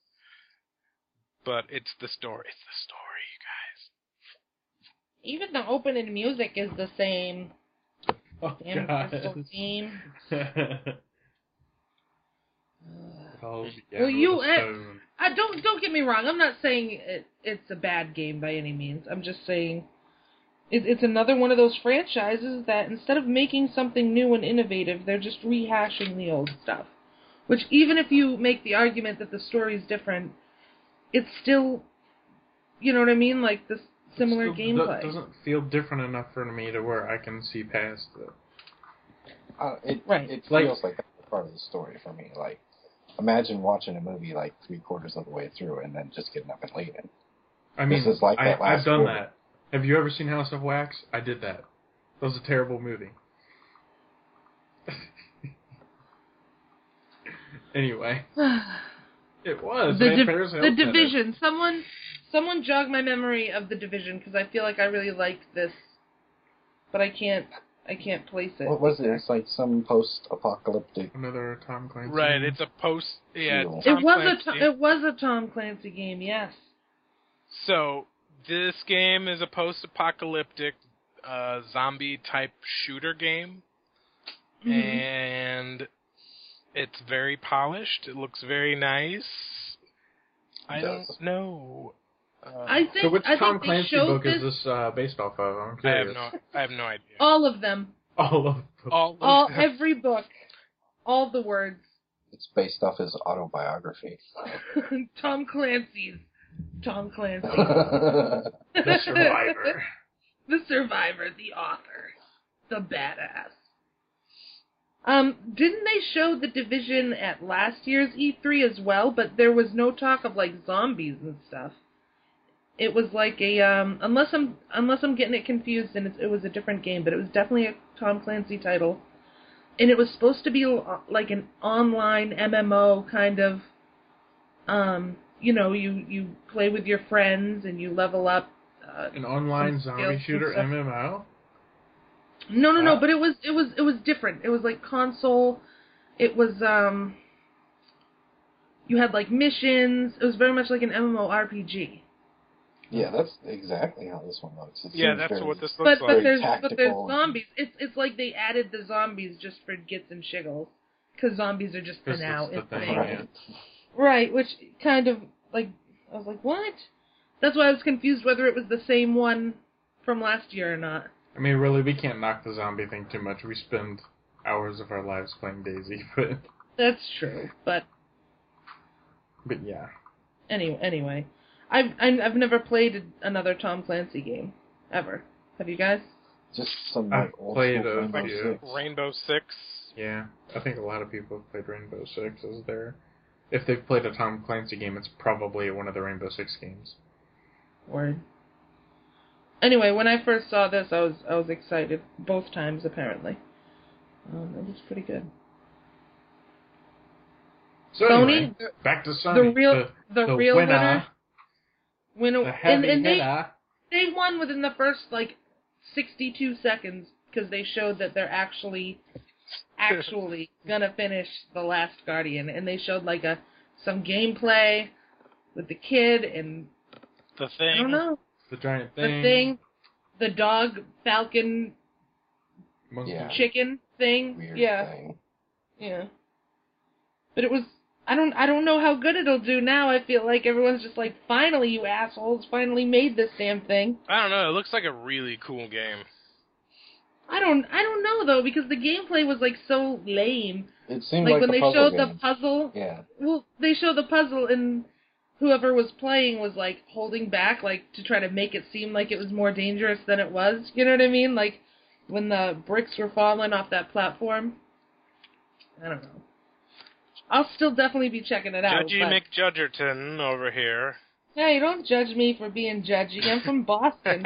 but it's the story. It's the story, you guys.
Even the opening music is the same.
Oh,
Damn Crystal Team.
oh, yeah,
Well, you-
with a stone.
I don't don't get me wrong. I'm not saying it, it's a bad game by any means. I'm just saying it, it's another one of those franchises that instead of making something new and innovative, they're just rehashing the old stuff. Which even if you make the argument that the story's different, it's still, you know what I mean, like this similar
Still do-
gameplay.
doesn't feel different enough for me to where I can see past it.
Uh, it
Right.
it
Like-
feels like that's part of the story for me. Like, imagine watching a movie like three quarters of the way through and then just getting up and leaving.
I mean,
is like
I,
that last
I've done
quarter.
that. Have you ever seen House of Wax? I did that. That was a terrible movie. anyway, it was.
the,
man,
Div-
Paris
the
Hilton did it.
division. Someone, someone jog my memory of the division because I feel like I really liked this, but I can't, I can't place it.
What was it? It's like some post-apocalyptic.
Another Tom Clancy.
Right, it's a post. Yeah,
Cool.
it's
it
Tom
was
Clancy.
a, Tom, it was a Tom Clancy game. Yes.
so this game is a post-apocalyptic uh, zombie-type shooter game,
Mm-hmm.
and it's very polished. It looks very nice. I
It does.
don't know. Uh,
I think
So which
I
Tom
think they
Clancy
showed
book
this,
is this uh, based off of? I'm
I have
curious.
no I have no idea.
all of them,
All of them.
All,
all every book, all the words.
It's based off his autobiography.
Tom Clancy's Tom Clancy,
the survivor.
the survivor, the author, the badass. Um, didn't they show the division at last year's E3 as well? But there was no talk of like zombies and stuff. It was like a um, unless I'm unless I'm getting it confused, and it's, it was a different game, but it was definitely a Tom Clancy title, and it was supposed to be l- like an online MMO kind of. Um, you know, you you play with your friends and you level up. Uh,
An online
Some
zombie
skills
shooter
and stuff.
MMO.
No, no, no.
Uh,
But it was it was it was different. It was like console. It was um. You had like missions. It was very much like an MMORPG.
yeah, that's exactly how this one looks. It
yeah,
seems
that's
very-
what this
But
looks
but
Very
like.
there's but there's
tactical.
zombies. It's it's like they added the zombies just for gits and shiggles, because zombies are just for
This
now.
is the
It's
thing,
thing.
Right.
yeah.
Right, which kind of like I was like, what? That's why I was confused whether it was the same one from last year or not.
I mean, really, we can't knock the zombie thing too much. We spend hours of our lives playing Daisy, but
That's true, but
but yeah,
anyway, anyway, I've I'm- I've never played another Tom Clancy game ever. Have you guys?
Just some
I've
like, old
played
school
a
Rainbow
few.
Six.
Rainbow Six.
yeah. I think a lot of people have played Rainbow Six. Is there? If they've played a Tom Clancy game, it's probably one of the Rainbow Six games.
Word. Anyway, when I first saw this, I was I was excited both times apparently. Um, it was pretty good.
So
Sony,
anyway,
the-
back to Sony.
real-
the,
the real
winner,
When it,
the heavy
and, and they
hitter.
they won within the first like 62 seconds because they showed that they're actually actually gonna finish the last Guardian, and they showed like a some gameplay with the kid and
The
I
thing.
don't know
the giant
the
thing,
thing, the dog falcon
monkey.
Yeah.
chicken thing.
Weird
yeah,
thing.
yeah. But it was I don't I don't know how good it'll do now. I feel like everyone's just like, finally, you assholes, finally made this damn thing.
I don't know. It looks like a really cool game.
I don't I don't know though because the gameplay was like so lame.
It seemed
Like,
like,
when
a
they
puzzle
showed the
game.
puzzle,
yeah,
well, they showed the puzzle and. Whoever was playing was like holding back, like to try to make it seem like it was more dangerous than it was. You know what I mean? Like when the bricks were falling off that platform. I don't know. I'll still definitely be checking it out.
Judgy
but-
McJudgerton over here.
Hey, don't judge me for being judgy. I'm from Boston. and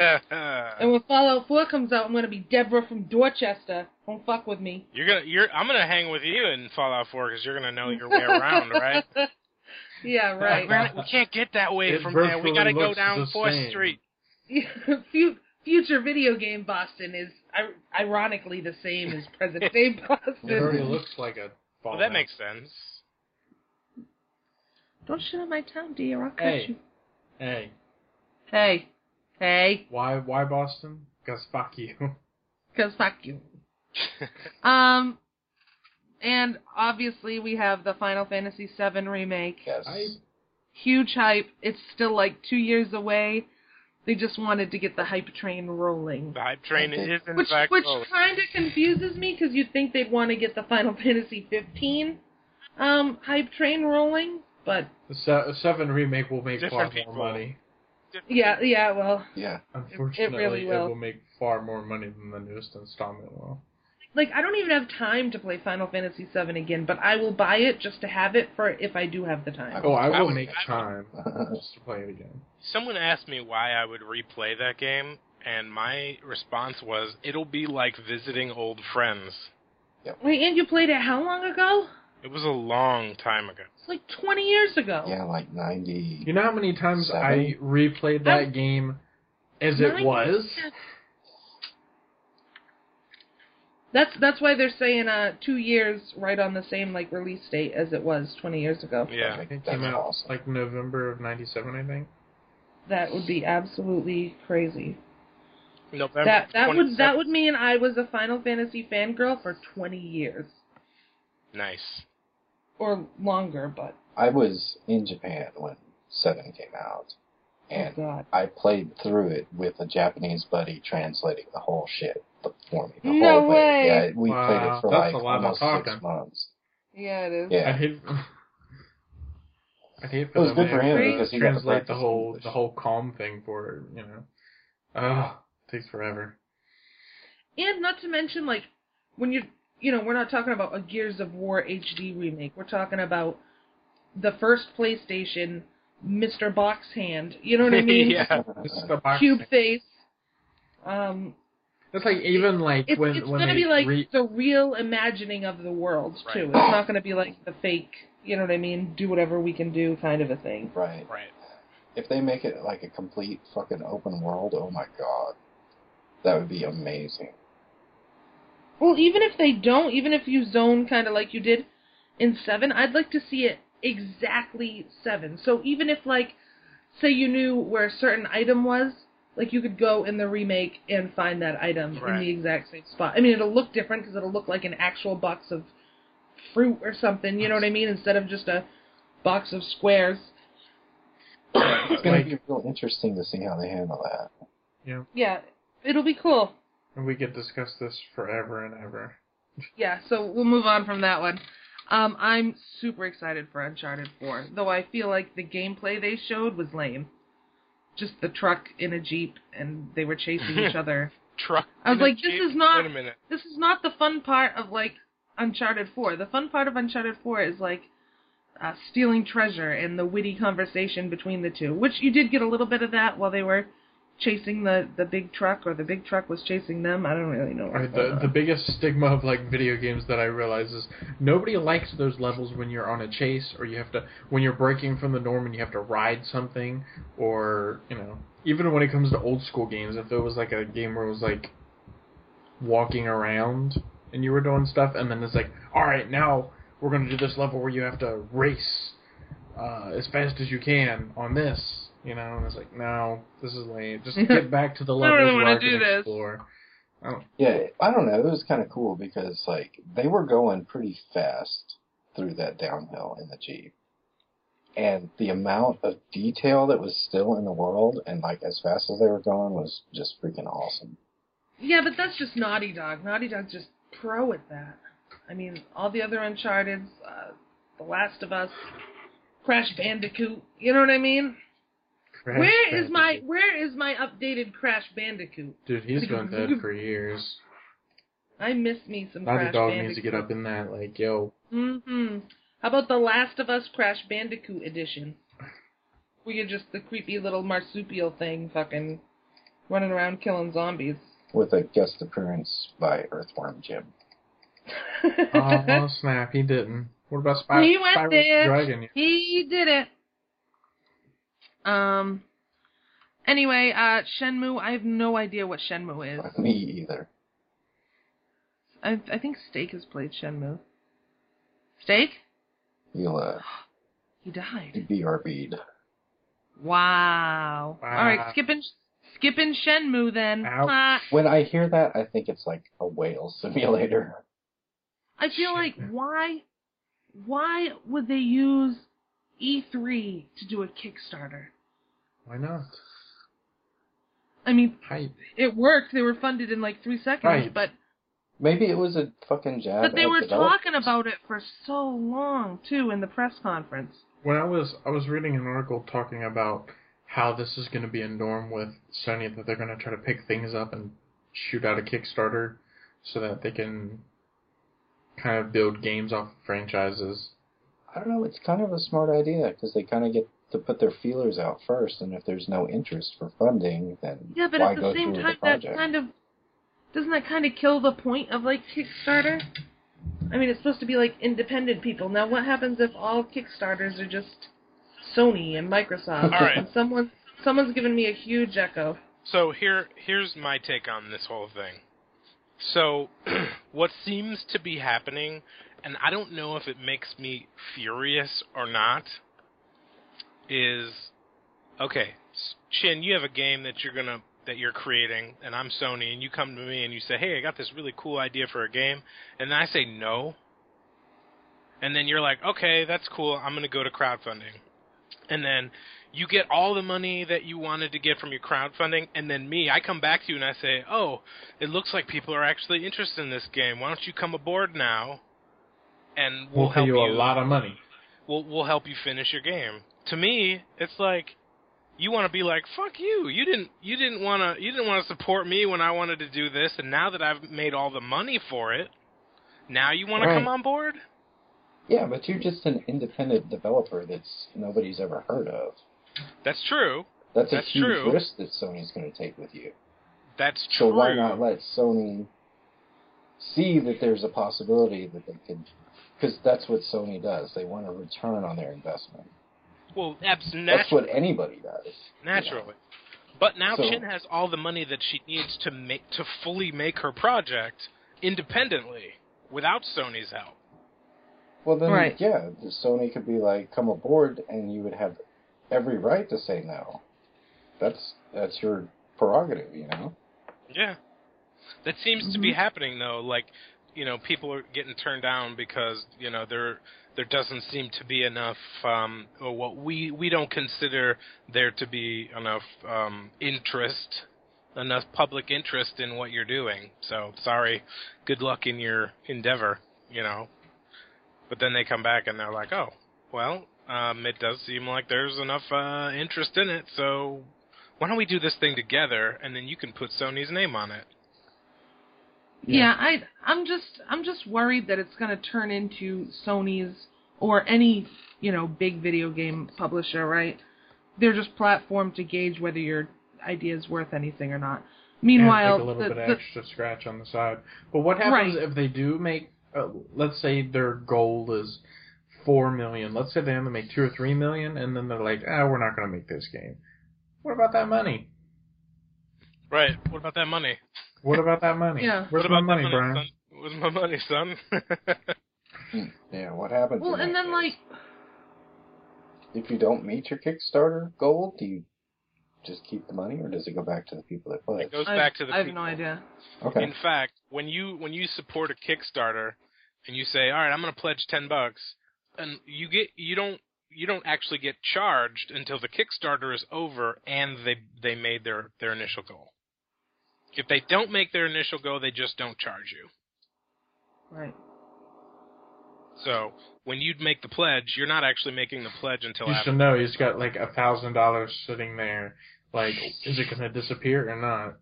you're
when Fallout 4 comes out, I'm going to be Deborah from Dorchester. Don't fuck with me.
gonna. You're. I'm gonna hang with you in Fallout 4 because you're gonna know your way around, right?
yeah,
We're
right.
not- we can't get that way
It
from there. We
virtually
gotta go
looks
down
the
Fourth
same.
Street.
Fu- Future video game Boston is i- ironically the same as present day
It
Boston.
already looks like
Well,
a. Fallout.
that makes sense.
Don't shit on my town, dear. I'll cut
Hey.
you.
Hey,
Hey. Hey.
why why Boston? Because fuck you.
Because fuck you. Um, and obviously we have the Final Fantasy VII remake.
yes.
I
huge hype. It's still like two years away. They just wanted to get the hype train rolling.
The hype train
Okay.
is in
Which
fact. oh.
which
rolling.
kind of confuses me because you'd think they'd want to get the Final Fantasy 15 um, hype train rolling, but
the se- seven remake will make
Different
far
people.
more money.
yeah, yeah, well,
yeah,
Unfortunately,
really will.
make far more money than the newest installment will.
like I don't even have time to play Final Fantasy 7 again, but I will buy it just to have it for if I do have the time.
Oh, I
I
will
would-
make
I would-
time just to play it again.
Someone asked me why I would replay that game, and my response was, "It'll be like visiting old friends."
Wait, and you played it how long ago?
It was a long time ago.
It's like 20 years ago.
yeah, like ninety.
You know how many times I
Seven?
replayed that game as it was?
97. That's that's why they're saying uh two years right on the same like release date as it was twenty years ago.
Yeah.
I
Like,
think it
that's
came out
awesome.
like November of '97, I think.
That would be absolutely crazy.
November.
that that would that
27th.
would mean I was a Final Fantasy fangirl for twenty years
nice.
or longer, but
I was in Japan when Seven came out, and
oh God.
I played through it with a Japanese buddy translating the whole shit for me. The
No
whole
way.
Way. Yeah, we played
Wow,
it for
that's
like
a lot of
almost
talking.
six months.
Yeah, it is.
I
Yeah,
hate. I hate
it was
them
good
to
for him
Great.
because he got to
translate the
practice
whole
English.
the whole calm thing for you know. Ah, takes forever.
And not to mention, like, when you, you know, we're not talking about a Gears of War HD remake. We're talking about the first PlayStation, Mr. Box Hand. You know what I mean?
yeah.
This is the box.
Cube
thing.
face. Um,
It's like even like
it's
when
it's
when
gonna
they
be like
re-
the real imagining of the world
Right.
too. It's not gonna be like the fake. You know what I mean? Do whatever we can do, kind of a thing.
Right.
Right.
If they make it like a complete fucking open world, oh my god, that would be amazing.
Well, even if they don't, even if you zone kind of like you did in seven, I'd like to see it exactly seven. So even if like, say you knew where a certain item was, like you could go in the remake and find that item in
Right.
the exact same spot. I mean, it'll look different because it'll look like an actual box of fruit or something. You know what I mean? Instead of just a box of squares.
It's gonna
like,
be real interesting to see how they handle that.
Yeah, it'll be cool.
and we could discuss this forever and ever.
Yeah, so we'll move on from that one. Um, I'm super excited for Uncharted 4, though I feel like the gameplay they showed was lame. Just the truck in a jeep, and they were chasing each other.
Truck.
I was
in a
like, this
Jeep?
is not-
Wait a minute.
This is not the fun part of like Uncharted 4. The fun part of Uncharted 4 is like uh, stealing treasure and the witty conversation between the two, which you did get a little bit of that while they were chasing the the big truck, or the big truck was chasing them. I don't really know. uh, what
Alright,
was
the
going
the
on.
biggest stigma of like video games that I realize is nobody likes those levels when you're on a chase or you have to when you're breaking from the norm and you have to ride something or you know even when it comes to old school games if it was like a game where it was like walking around and you were doing stuff and then it's like all right now we're gonna do this level where you have to race uh, as fast as you can on this you know and it's like no this is lame just get back to the
I don't
levels
really
where
wanna
I can
do this.
explore.
Yeah, I don't know. It was kind of cool because like they were going pretty fast through that downhill in the jeep, and the amount of detail that was still in the world and like as fast as they were going was just freaking awesome.
Yeah, but that's just Naughty Dog. Naughty Dog's just pro at that. I mean, all the other Uncharted's, uh, The Last of Us, Crash Bandicoot. You know what I mean?
Crash
Where is my
Bandicoot.
where is my updated Crash Bandicoot?
dude? He's been dead for years.
I miss me some
Naughty
Crash
Dog
Bandicoot.
needs to get up in that. Like, yo,
Mm-hmm. How about The Last of Us Crash Bandicoot edition? Where you're just the creepy little marsupial thing, fucking running around killing zombies.
With a guest appearance by Earthworm Jim.
oh snap, he didn't. What about Spy-
He went
Spyro
there.
Dragon?
He did it. Um. Anyway, uh, Shenmue. I have no idea what Shenmue is.
Me either.
I I think Stake has played Shenmue. Stake?
You'll uh,
He died.
be RB'd.
Wow. All right,
Wow.
skipping skipping Shenmue then.
Ouch.
Ah,
When I hear that, I think it's like a whale simulator.
I feel like why why would they use E3 to do a Kickstarter?
Why not?
I mean,
Hype.
it worked. They were funded in like three seconds,
Right.
but
Maybe it was a fucking jab.
But they
at
were
developers.
talking about it for so long too in the press conference.
When I was I was reading an article talking about how this is going to be a norm with Sony that they're going to try to pick things up and shoot out a Kickstarter so that they can kind of build games off of franchises.
I don't know. It's kind of a smart idea because they kind of get to put their feelers out first, and if there's no interest for funding, then
Yeah, but
why
at
go
the same
through
time,
with the
that
project?
kind of doesn't that kind of kill the point of like Kickstarter? I mean, it's supposed to be like independent people. Now, what happens if all Kickstarters are just Sony and Microsoft?
All
right.
And someone someone's giving me a huge echo.
So here here's my take on this whole thing. So what seems to be happening, and I don't know if it makes me furious or not, is okay, S- Shin, you have a game that you're gonna that you're creating, and I'm Sony, and you come to me and you say, Hey, I got this really cool idea for a game and then I say no. And then you're like, Okay, that's cool, I'm gonna go to crowdfunding. and then you get all the money that you wanted to get from your crowdfunding, and then me, I come back to you and I say, "Oh, it looks like people are actually interested in this game. Why don't you come aboard now, and we'll,
We'll, pay
help
you a lot of money.
We'll we'll help you finish your game." To me, it's like you want to be like, "Fuck you! You didn't you didn't want to you didn't want to support me when I wanted to do this, and now that I've made all the money for it, now you want to
Right.
come on board?"
Yeah, but you're just an independent developer that's nobody's ever heard of.
That's true.
That's, a
That's
huge
true.
risk that Sony's going to take with you.
That's
So
true.
why not let Sony see that there's a possibility that they could? Because that's what Sony does. They want a return on their investment.
well, abs-
That's what anybody does.
Naturally. But now
So-
Chin has all the money that she needs to make to fully make her project independently without Sony's help.
Well, then,
Right.
yeah, Sony could be like, "Come aboard," and you would have every right to say no. That's that's your prerogative, you know.
Yeah. That seems to be happening though, like you know, people are getting turned down because, you know, there there doesn't seem to be enough um or what we we don't consider there to be enough um interest enough public interest in what you're doing. So, sorry. Good luck in your endeavor, you know. But then they come back and they're like, "Oh, well, um it does seem like there's enough uh interest in it, so why don't we do this thing together and then you can put Sony's name on it?
Yeah, I I'm just I'm just worried that it's going to turn into Sony's or any, you know, big video game publisher, right? They're just platform to gauge whether your idea is worth anything or not. Meanwhile,
and take a
the-
little bit
the-
of extra scratch on the side. But what happens
Right.
if they do make? Uh, let's say their goal is four million. Let's say they only make two or three million, and then they're like, "Ah, we're not going to make this game." What about that money?
Right. What about that money?
What about that money?
Yeah.
Where's
what
my
about
money,
that
Brian?
money, son? Where's my money, son?
Hmm. Yeah, what happens?
well,
in
and
that
then
case?
like
if you don't meet your Kickstarter goal, do you just keep the money, or does it go back to the people that put
it
it?
goes
I,
back to the
I have
people.
no idea.
Okay.
In fact, when you when you support a Kickstarter and you say, "All right, I'm going to pledge 10 bucks," and you get you don't you don't actually get charged until the Kickstarter is over and they they made their their initial goal. If they don't make their initial goal, they just don't charge you.
Right.
So, when you make the pledge, you're not actually making the pledge until
You
after
should know. He's got like a thousand dollars sitting there. Like, is it going to disappear or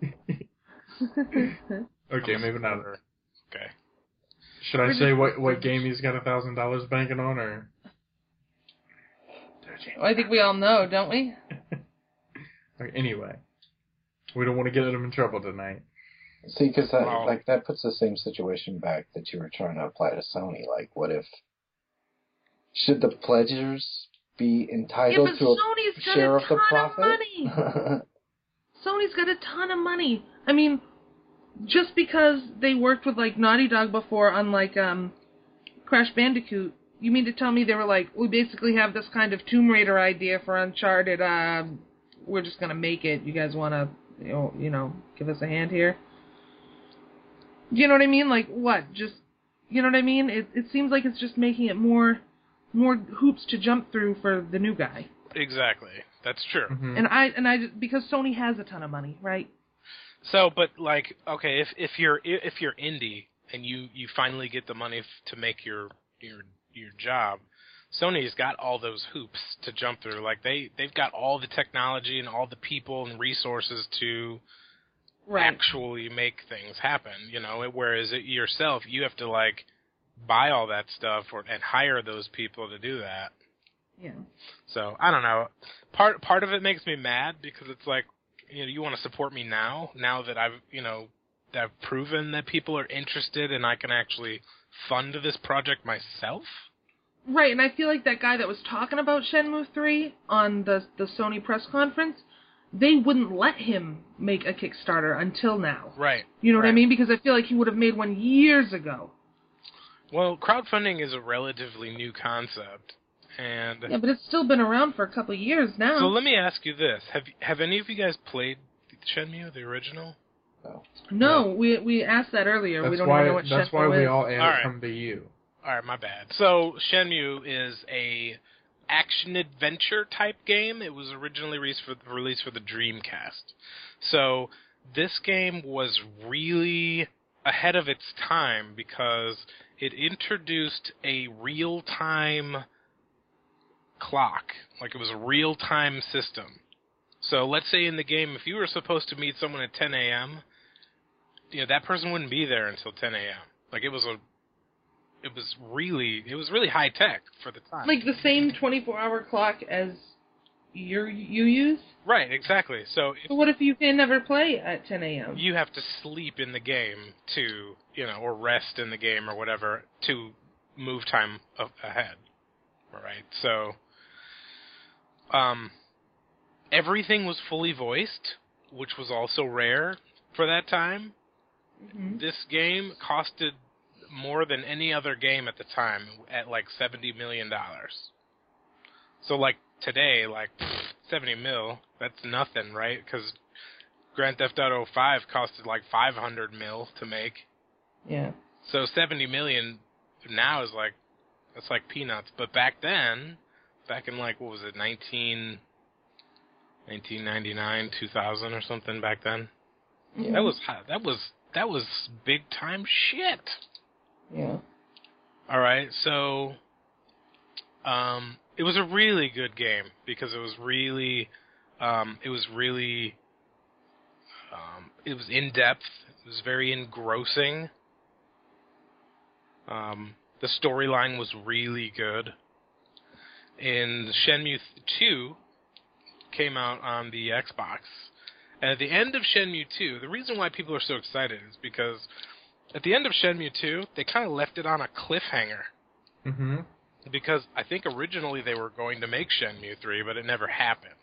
not? okay,
I'm a
maybe not.
supporter. Okay.
Should I say what what game he's got a thousand dollars banking on, or
I think we all know, don't we?
or anyway? We don't want to get him in trouble tonight.
See, because that,
Wow.
like that puts the same situation back that you were trying to apply to Sony. Like, what if should the pledgers be entitled
yeah, but
to
Sony's
a
got a
share of the
ton
profit?
of money. Sony's got a ton of money. I mean, just because they worked with like Naughty Dog before on like um Crash Bandicoot, you mean to tell me they were like, we basically have this kind of Tomb Raider idea for Uncharted. Um, we're just gonna make it. You guys wanna, you know, you know, give us a hand here? You know what I mean? Like what? Just you know what I mean? It it seems like it's just making it more more hoops to jump through for the new guy.
Exactly. That's true.
Mhm.
And I and I because Sony has a ton of money, right?
So, but like, okay, if if you're if you're indie and you you finally get the money f- to make your your your job, Sony's got all those hoops to jump through. Like they they've got all the technology and all the people and resources to actually make things happen. You know, whereas it, yourself, you have to like buy all that stuff or and hire those people to do that.
Yeah.
So I don't know. Part part of it makes me mad because it's like, you know, you want to support me now, now that I've you know that I've proven that people are interested and I can actually fund this project myself.
Right, and I feel like that guy that was talking about Shenmue 3 on the the Sony press conference, they wouldn't let him make a Kickstarter until now.
Right.
You know what I
Right.
mean? Because I feel like he would have made one years ago.
Well, crowdfunding is a relatively new concept, and
Yeah, um, but it's still been around for a couple of years now.
so let me ask you this: Have have any of you guys played Shenmue, the original?
no, we we asked that earlier. we
That's
don't
why.
even know what
that's
Shenmue
why we
is.
all add
All right.
come to you.
All right, my bad. So Shenmue is a action adventure type game. It was originally released for, released for the Dreamcast. So this game was really ahead of its time because it introduced a real time clock, like it was a real time system. So let's say in the game, if you were supposed to meet someone at 10 a.m., you know that person wouldn't be there until 10 a.m. Like it was a, it was really it was really high tech for the time.
Like the same 24-hour clock as you you use.
right, exactly. So if
So what if you can never play at 10 a.m.?
you have to sleep in the game to you know or rest in the game or whatever to move time a- ahead All right so um everything was fully voiced which was also rare for that time
Mhm.
this game costed more than any other game at the time at like 70 million dollars so like today like 70 mil that's nothing right cuz Grand Theft Auto 5 costed like 500 mil to make
Yeah.
so 70 million now is like that's like peanuts but back then back in like what was it 19 1999 2000 or something back then
yeah.
that was hot. That was that was big time shit.
Yeah.
All right, so um, it was a really good game because it was really um, it was really um, it was in depth. It was very engrossing. Um, the storyline was really good. And Shenmue 2 came out on the Xbox. And at the end of Shenmue 2, the reason why people are so excited is because at the end of Shenmue 2, they kind of left it on a cliffhanger
Mm-hmm.
because I think originally they were going to make Shenmue 3, but it never happened.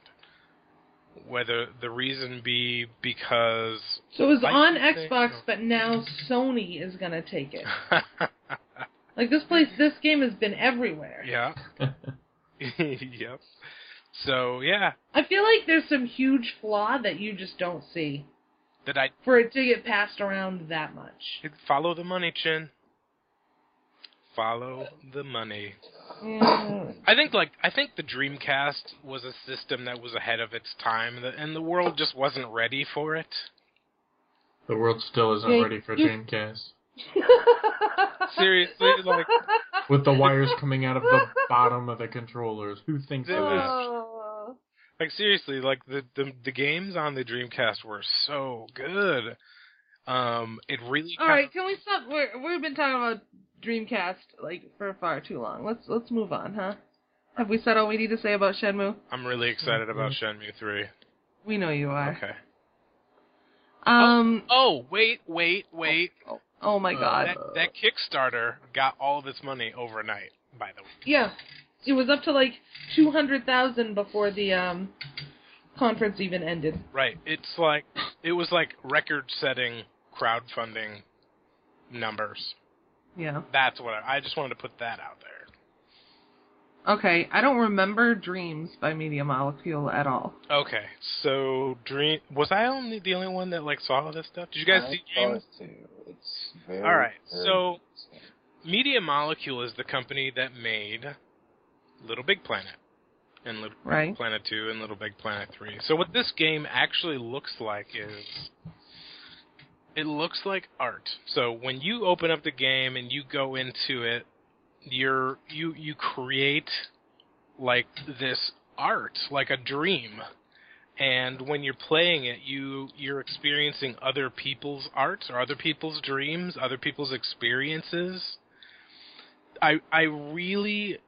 Whether the reason be because
So it was
I
on
think they-
Xbox, but now Sony is gonna take it. Like this place, this game has been everywhere.
yeah. yep. So, yeah,
I feel like there's some huge flaw that you just don't see
that I
for it to get passed around that much.
follow the money, Chin. Follow the money.
Mm.
I think like I think the Dreamcast was a system that was ahead of its time, the- and the world just wasn't ready for it.
The world still isn't
Yeah,
ready for
you-
Dreamcast.
Seriously, like
With the wires coming out of the bottom of the controllers. Who thinks of that?
Oh.
Like seriously, like the, the the games on the Dreamcast were so good. Um, it really
All
kind
right, can we stop? We're, we've been talking about Dreamcast like for far too long. Let's let's move on, huh? Have we said all we need to say about Shenmue?
of- I'm really excited about Shenmue three.
We know you are.
Okay.
Um.
Oh wait, wait, wait!
Oh, oh my God.
Uh, That that Kickstarter got all of its money overnight. By the way,
Yeah, it was up to like two hundred thousand before the um conference even ended.
right? It's like it was like record-setting crowdfunding numbers.
Yeah.
That's what I, I just wanted to put that out there.
Okay, I don't remember Dreams by Media Molecule at all.
Okay, so Dream was I only the only one that like saw this stuff? Did you guys
I
see
saw
Dream?
it too. It's very,
All right,
very
so-
interesting.
Media Molecule is the company that made Little Big Planet and Little
Right.
Big Planet 2 and Little Big Planet 3. So what this game actually looks like is it looks like art. So when you open up the game and you go into it, you're you you create like this art, like a dream. And when you're playing it, you you're experiencing other people's art or other people's dreams, other people's experiences. I I really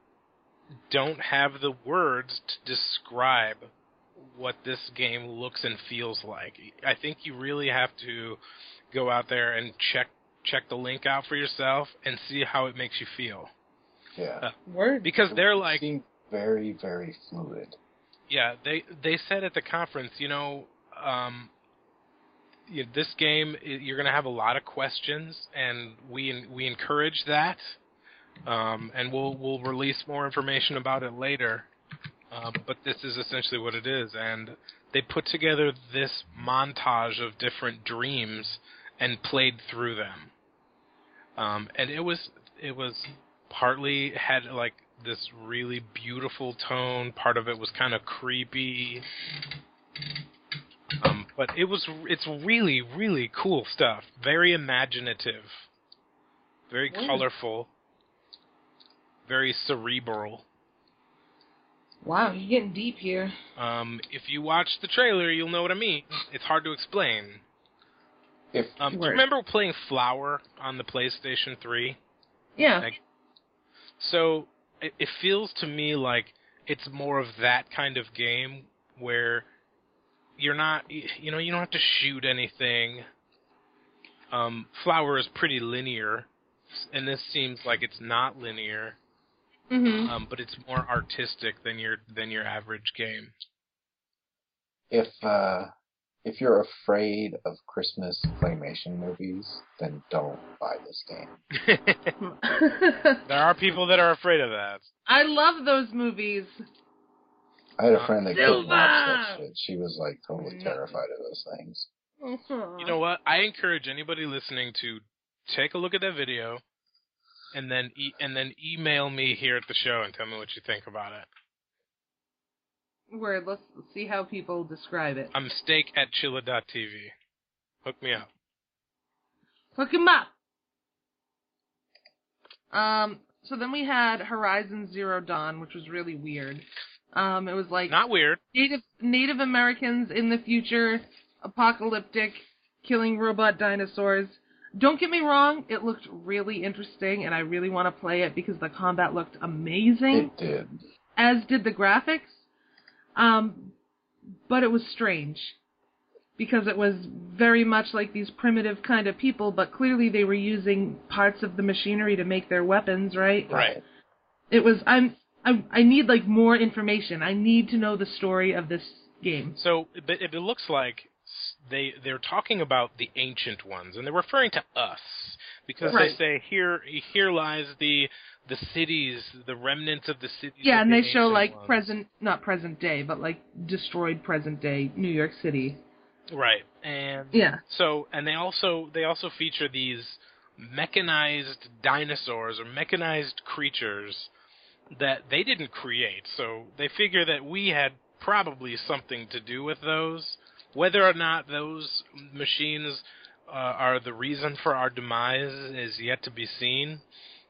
don't have the words to describe what this game looks and feels like. I think you really have to go out there and check check the link out for yourself and see how it makes you feel
yeah,
uh,
Word.
because they're
It
like
seemed very, very fluid.
yeah, they they said at the conference, you know, um, you, this game i- you're going to have a lot of questions, and we en- we encourage that, um, and we'll we'll release more information about it later. Um, but this is essentially what it is, and they put together this montage of different dreams and played through them. Um, and it was it was partly had like this really beautiful tone. Part of it was kind of creepy. Um, but it was it's really really cool stuff. Very imaginative. Very
Yeah.
colorful. Very cerebral.
Wow, you're getting deep here.
Um, if you watch the trailer, you'll know what I mean. It's hard to explain.
If
Um, do you
Word.
remember playing Flower on the PlayStation 3?
Yeah.
Like- So it, it feels to me like it's more of that kind of game where you're not, y- you know, you don't have to shoot anything. Um, Flower is pretty linear, s- and this seems like it's not linear,
Mm-hmm.
um, but it's more artistic than your than your average game.
if uh if you're afraid of Christmas claymation movies, then don't buy this game.
there are people that are afraid of that.
I love those movies.
I
Uh,
had a friend that couldn't watch that
Silver!
shit. She was like
Mm-hmm.
totally terrified of those things.
You
You know what? I encourage anybody listening to take a look at that video, and then e- and then email me here at the show and tell me what you think about it.
Word. Let's see how people describe it.
I'm steak at chilla.tv. Hook me up.
Hook him up. Um. So then we had Horizon Zero Dawn, which was really weird. Um. It was like
Not weird.
Native Native Americans in the future, apocalyptic, killing robot dinosaurs. Don't get me wrong, it looked really interesting, and I really want to play it because the combat looked amazing,
It did.
as did the graphics. Um, but it was strange because it was very much like these primitive kind of people, but clearly they were using parts of the machinery to make their weapons, right?
Right.
It was I'm I I need like more information. I need to know the story of this game.
So, but it, it looks like s- they they're talking about the ancient ones, and they're referring to us because
Right.
they say here here lies the the cities, the remnants of the cities.
Yeah,
of
and they
the
show
ancient
like
ones.
present, not present day, but like destroyed present day New York City.
Right, and
Yeah,
So, and they also they also feature these mechanized dinosaurs or mechanized creatures that they didn't create. So they figure that we had probably something to do with those, whether or not those machines uh, are the reason for our demise is yet to be seen.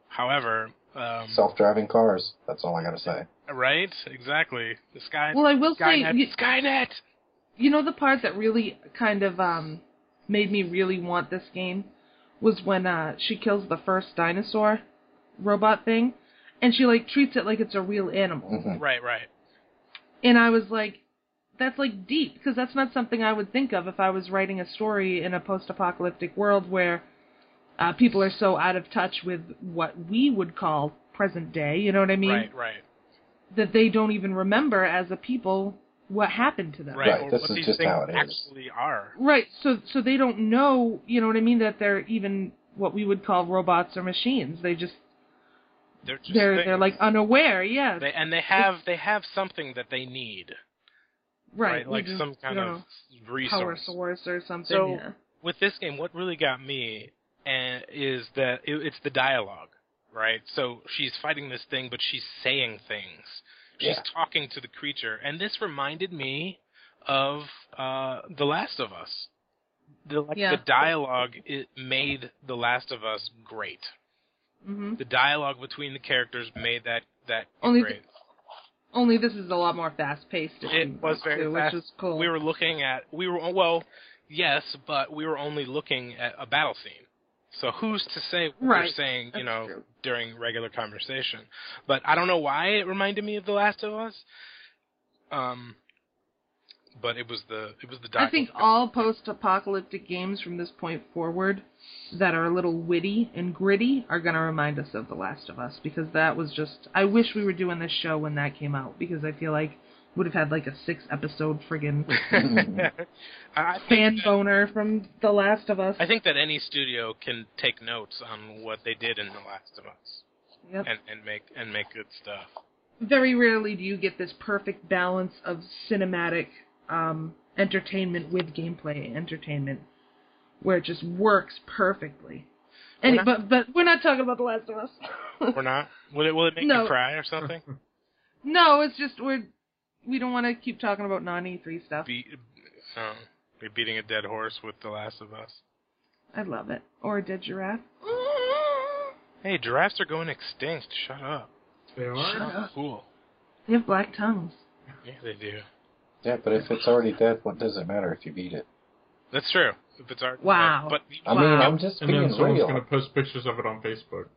However, um,
Self driving cars. That's all I gotta say.
right? Exactly. The sky.
Well, I will say,
Skynet.
you-
Skynet.
you know the part that really kind of um made me really want this game was when uh she kills the first dinosaur robot thing, and she like treats it like it's a real animal.
Mhm.
Right. Right.
and I was like, that's like deep because that's not something I would think of if I was writing a story in a post-apocalyptic world where uh, people are so out of touch with what we would call present day. You know what I mean?
right. Right.
That they don't even remember as a people what happened to them.
Right.
Right,
Or
this
what
is
these
just
things
how it is.
actually are.
Right. So so they don't know. You know what I mean? That they're even what we would call robots or machines. They just
They're just
they're
things.
they're like uh, unaware. Yeah.
They, and they have they have something that they need,
right.
right?
we
Like
just-
some kind
you know,
of resource.
power source or something.
So-
yeah.
With this game, what really got me and is that it, it's the dialogue, right? So she's fighting this thing, but she's saying things. She's
Yeah.
talking to the creature, and this reminded me of uh, The Last of Us. The, like
Yeah.
the dialogue it made The Last of Us great.
hmm
The dialogue between the characters made that that
Only
great.
Only this is a lot more fast paced.
It was very
too,
fast.
which is cool.
We were looking at we were well, yes, but we were only looking at a battle scene. So who's to say what
Right.
they're saying, you
That's
know,
true.
during regular conversation? But I don't know why it reminded me of The Last of Us. Um, but it was the it was the.
I think
dialogue.
all post apocalyptic games from this point forward that are a little witty and gritty are going to remind us of The Last of Us because that was just. I wish we were doing this show when that came out because I feel like would have had like a six episode friggin'
I- I think
fan
that-
boner from The Last of Us.
I think that any studio can take notes on what they did in The Last of Us
Yep.
and, and make and make good stuff.
very rarely do you get this perfect balance of cinematic um, entertainment with gameplay entertainment where it just works perfectly. Any,
We're
but but we're not talking about The Last of Us.
We're not. Will it? Will it make
No.
you cry or something?
no, it's just we're we don't want to keep talking about non E3 stuff.
Be, um, you're beating a dead horse with The Last of Us.
I love it. Or a dead giraffe.
Hey, giraffes are going extinct. Shut up.
They are.
Cool.
They have black tongues.
Yeah, they do.
Yeah, but if it's already dead, what does it matter if you beat it?
That's true. If it's art.
Wow.
But
I mean,
Wow.
I'm just
And
being
then someone's
real.
gonna post pictures of it on Facebook.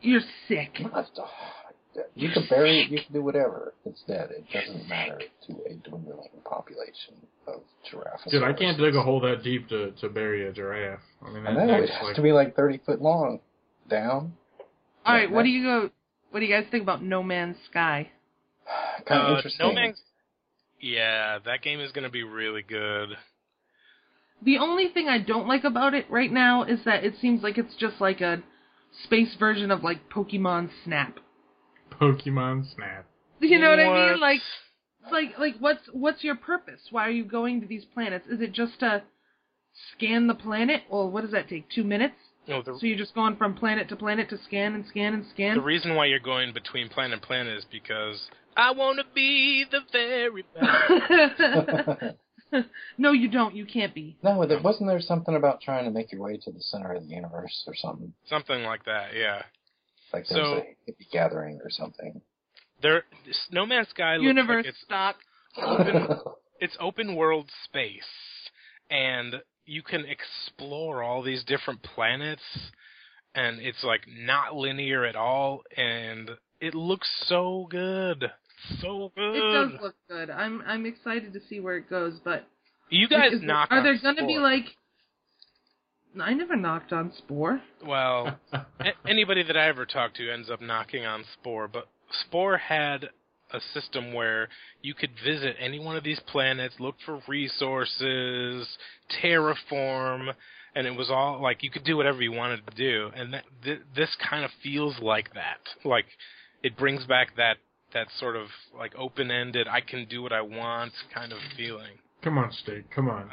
You're sick.
Not the- You can bury it. You can do whatever. It's dead. It doesn't matter to a dwindling population of giraffes.
Dude, I can't dig a hole that deep to, to bury a giraffe. I mean,
I
that
know it
neck's
has
like,
to be like 30 foot long. Down.
All right, what do you go? What do you guys think about No Man's Sky?
Kind of
uh,
Oh, interesting.
No Man's. Yeah, that game is going to be really good.
The only thing I don't like about it right now is that it seems like it's just like a space version of like Pokemon Snap.
Pokemon Snap.
You know what, I
What?
mean? Like it's like like what's what's your purpose? Why are you going to these planets? Is it just to scan the planet? Well, what does that take? 2 minutes?
No, the
So you're just going from planet to planet to scan and scan and
the
scan.
reason why you're going between planet and planet is because I want to be the very best.
no, you don't. You can't be.
no, there, wasn't there something about trying to make your way to the center of the universe or something?
Something like that. Yeah.
Like
So-
there's a hippie gathering or something.
There, this No Man's Sky looks
Universe
like it's
stock.
open, it's open world space, and you can explore all these different planets, and it's like not linear at all, and it looks so good, so good.
It does look good. I'm I'm excited to see where it goes, but
you guys
Is-
knock.
Are
on
there gonna be
Spore.
like? I never knocked on Spore.
Well, a- anybody that I ever talked to ends up knocking on Spore, but Spore had a system where you could visit any one of these planets, look for resources, terraform, and it was all like you could do whatever you wanted to do. And that, th- this kind of feels like that. Like it brings back that that sort of like open-ended, I can do what I want kind of feeling.
Come on, Steak. Come on.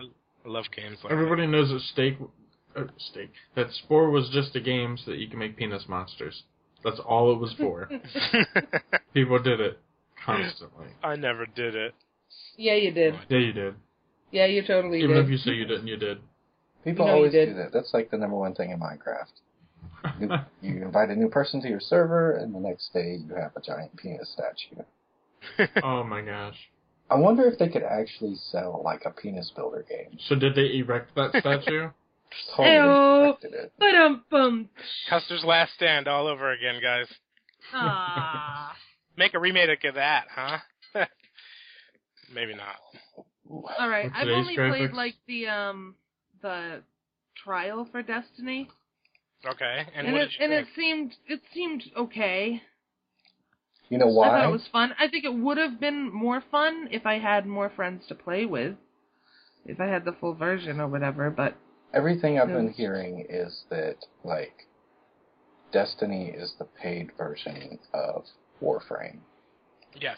I love games like that.
Everybody knows that Steak, uh, Steak, that Spore was just a game so that you can make penis monsters. That's all it was for. People did it constantly.
I never did it.
Yeah, you did.
Yeah, you did.
Yeah, you totally
Even if you say you didn't, you did.
People
No, you
always do
did.
that. That's like the number one thing in Minecraft. You, you invite a new person to your server, and the next day you have a giant penis statue.
oh my gosh.
I wonder if they could actually sell like a penis builder game.
So did they erect that statue?
Totally
Ew.
perfected it.
But um bum.
Custer's Last Stand all over again, guys.
Ah.
Make a remake of that, huh? Maybe not.
Ooh.
All right.
With
I've
today's
only played
graphics.
like the um the trial for Destiny,
Okay. And,
and,
what
it
did you
and it
think?
seemed it seemed okay.
You know
I
why?
thought it was fun. I think it would have been more fun if I had more friends to play with, if I had the full version or whatever. But
Everything I've
It
been
was-
hearing is that like Destiny is the paid version of Warframe.
Yes.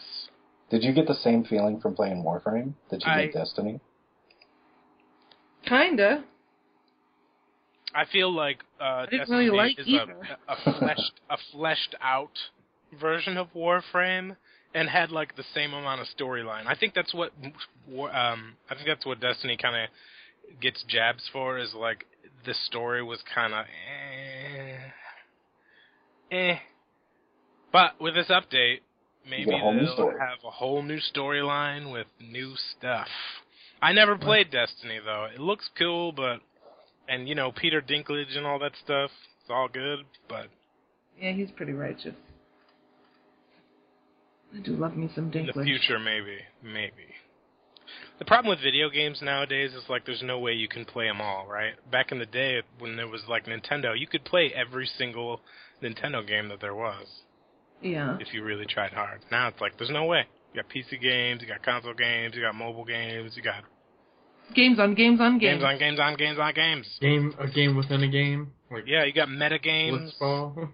Did you get the same feeling from playing Warframe that you
I-
did Destiny?
kinda.
I feel like uh,
didn't
Destiny
really like
is
either.
a, a fleshed a fleshed out version of Warframe and had like the same amount of storyline. I think that's what War- um I think that's what Destiny kind of gets jabs for is like the story was kind of eh, eh. But with this update, maybe
get a whole new
they'll
story.
have a whole new storyline with new stuff. I never played Destiny though. It looks cool, but and you know Peter Dinklage and all that stuff. It's all good, but
Yeah, he's pretty righteous. I do love me some
in the
Dinklage.
future maybe, maybe. The problem with video games nowadays is like there's no way you can play them all, right? Back in the day when there was like Nintendo, you could play every single Nintendo game that there was
Yeah.
if you really tried hard. Now it's like there's no way. You got PC games, you got console games, you got mobile games, you got
Games on games on games.
games on games on games on games.
game a game within a game? Like
Yeah, you got meta games.
Blitzball?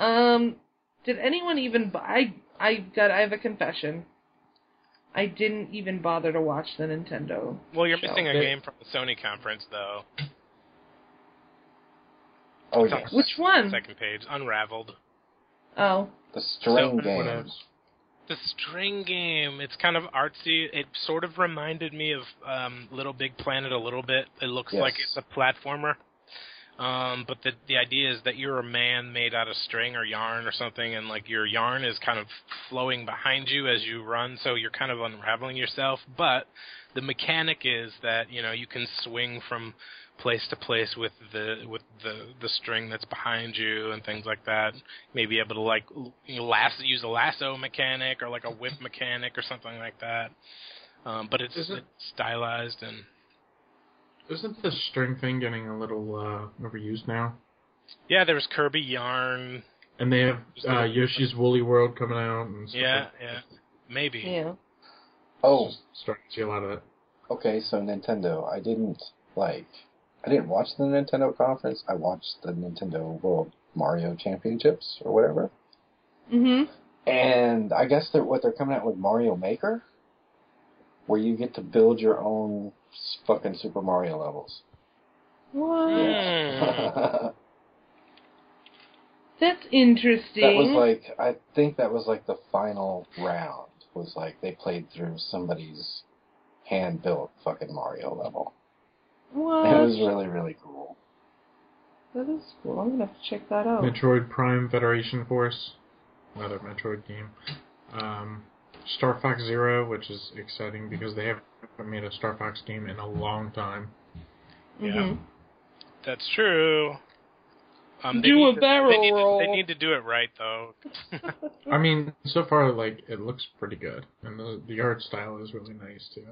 Um, did anyone even buy? I I got. I have a confession. I didn't even bother to watch the Nintendo.
well, you're
show.
missing a
Yeah.
game from the Sony conference though.
Oh
It's on
yes,
the
Which
second-
one?
Second page, Unraveled.
Oh,
the string
So-
games.
The string game. It's kind of artsy. It sort of reminded me of um, Little Big Planet a little bit. It looks like
Yes.
it's a platformer. Um, but the the idea is that you're a man made out of string or yarn or something, and like your yarn is kind of flowing behind you as you run, so you're kind of unraveling yourself. But the mechanic is that you know you can swing from place to place with the with the the string that's behind you and things like that. Maybe able to like l- you know, las- use a lasso mechanic or like a whip mechanic or something like that. Um, but it's,
Is it-
it's stylized and
Isn't the string thing getting a little uh, overused now?
yeah, there was Kirby yarn.
And they have
Just
uh,
a-
Yoshi's Woolly World coming out and stuff
Yeah,
like-
yeah, maybe.
yeah.
Oh,
Just starting to see a lot of that.
Okay, so Nintendo, I didn't like I didn't watch the Nintendo conference. I watched the Nintendo World Mario Championships or whatever.
Mhm.
And I guess they're what they're coming out with Mario Maker where you get to build your own s- fucking Super Mario levels.
What?
Mm.
that
That's interesting.
was like I think that was like the final round was like they played through somebody's hand built fucking Mario level.
what?
It was really, really cool.
that is cool. I'm gonna have to check that out.
Metroid Prime Federation Force, another Metroid game. Um, Star Fox Zero, which is exciting because they haven't made a Star Fox game in a long time.
Mhm.
That's true. Um, they
Do
need
a
to-
barrel
they need to-
roll.
they need to do it right, though.
I mean, so far, like it looks pretty good, and the the art style is really nice too.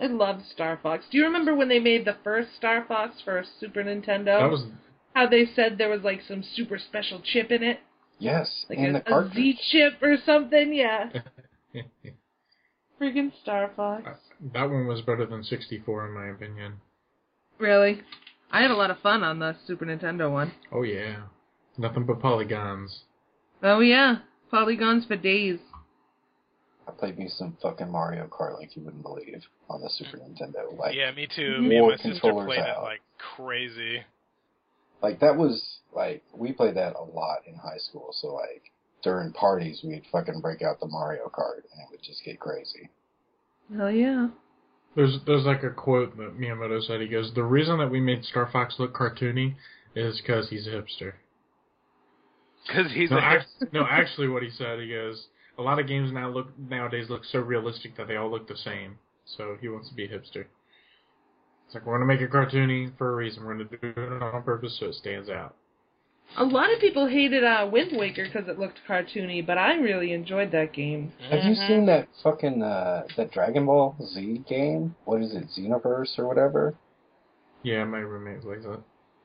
I love Star Fox. Do you remember when they made the first Star Fox for Super Nintendo?
That was
How they said there was like some super special chip in it,
Yes,
like
and
a,
the cartridge.
Z chip or something. Yeah, freaking Star Fox.
that one was better than 64 in my opinion.
Really, I had a lot of fun on the Super Nintendo one.
Oh yeah, nothing but polygons.
Oh yeah, polygons for days.
I played me some fucking Mario Kart like you wouldn't believe on the Super Nintendo. Like,
yeah, me too. Me and
More
my sister
controllers
played it
out.
like crazy.
like that was like we played that a lot in high school. So like during parties, we'd fucking break out the Mario Kart and it would just get crazy.
Hell yeah.
There's there's like a quote that Miyamoto said. He goes, "The reason that we made Star Fox look cartoony is because he's a hipster."
Because he's
No,
a
act- no, actually, what he said, he goes, "A lot of games now look nowadays look so realistic that they all look the same." So he wants to be a hipster. It's like we're gonna make it cartoony for a reason. We're gonna do it on purpose so it stands out.
A lot of people hated uh, Wind Waker because it looked cartoony, but I really enjoyed that game.
Have you seen that fucking uh, that Dragon Ball Z game? What is it, Xenoverse or whatever?
Yeah, my roommate likes that.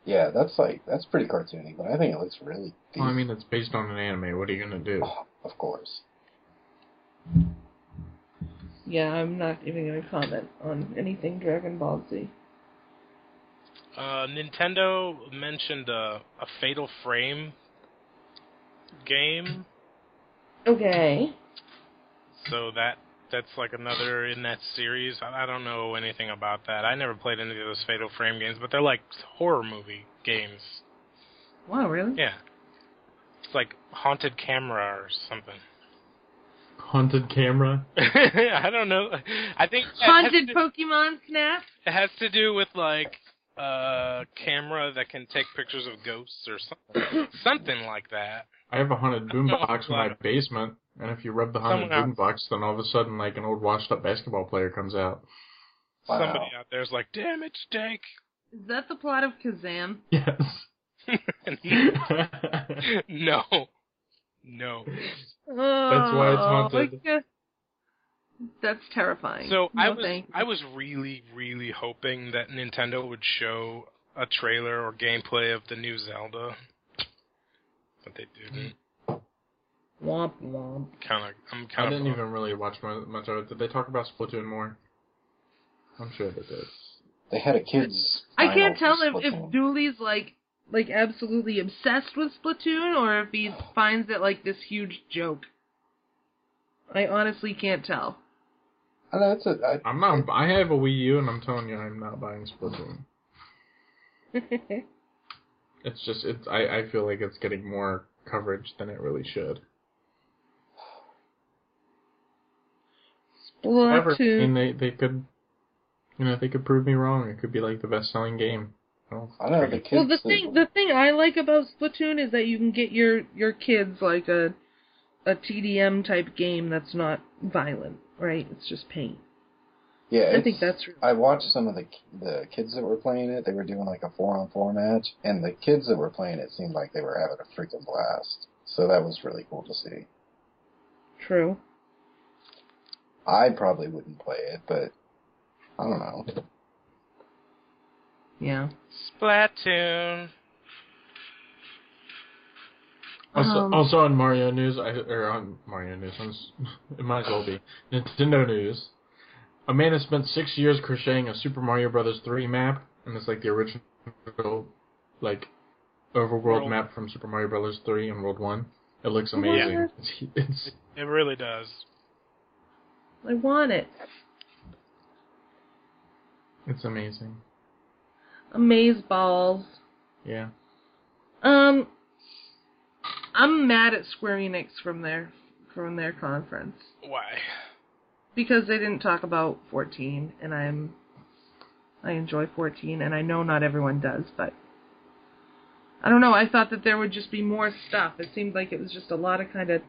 Yeah, that's like that's pretty cartoony, but I think it looks really.
Well, "Oh, I
decent.
mean, it's based on an anime. What are you gonna do?
Oh, of course.
Yeah, I'm not even going to comment on anything Dragon Ball Z.
Uh, Nintendo mentioned a, a Fatal Frame game,
Okay.
so that that's like another in that series. I, I don't know anything about that. I never played any of those Fatal Frame games, but they're like horror movie games.
Wow, really?
Yeah, it's like haunted camera or something.
Haunted camera.
I don't know. I think it has
Haunted
to-
Pokemon Snap?
It has to do with like a camera that can take pictures of ghosts or something, something like that.
I have a haunted boombox in my
Wow.
basement, and if you rub the haunted
Someone else.
boombox, then all of a sudden, like an old washed-up basketball player comes out.
Wow.
Somebody out there's like, damn it, Jake.
Is that the plot of Kazam?
Yes. That's
no, no.
Oh,
why it's haunted.
like, uh, that's terrifying.
So
No,
I was
thank you.
I was really really hoping that Nintendo would show a trailer or gameplay of the new Zelda, but they didn't.
Womp womp.
Kind of, I'm kind of.
I didn't even really watch mu- much of it. Did they talk about Splatoon more? I'm sure they did.
They had a kids.
I can't
final
tell
for
if, if
Splatoon.
Dooley's like like absolutely obsessed with Splatoon or if he finds it like this huge joke. I honestly can't tell.
I know it's a. I,
I'm not. I have a Wii U, and I'm telling you, I'm not buying Splatoon. It's just it's I, I feel like it's getting more coverage than it really should. However, I mean,
Splatoon.
they they could, you know, they could prove me wrong. It could be like the best selling game. Well,
I know the kids.
Well, the
that-
thing the thing I like about Splatoon is that you can get your your kids like a a TDM type game that's not violent, right? It's just paint.
yeah,
I
it's-
think that's really-
I watched some of the the kids that were playing it. They were doing like a four on four match, and the kids that were playing it seemed like they were having a freaking blast. So that was really cool to see.
True.
I probably wouldn't play it, but I don't know.
Yeah.
Splatoon.
Also,
Um,
also on Mario news, I, or on Mario news, on s- it might as well be Nintendo news. A man has spent six years crocheting a Super Mario Brothers 3 map, and it's like the original, like, overworld
World.
map from Super Mario Brothers 3 and World 1. It looks amazing.
Yeah.
It's, it's
It really does.
I want it.
it's amazing.
Amaze balls.
Yeah.
Um, I'm mad at Square Enix from their from their conference
Why?
because they didn't talk about 14, and I'm I enjoy 14, and I know not everyone does, but I don't know. I thought that there would just be more stuff. It seemed like it was just a lot of kind of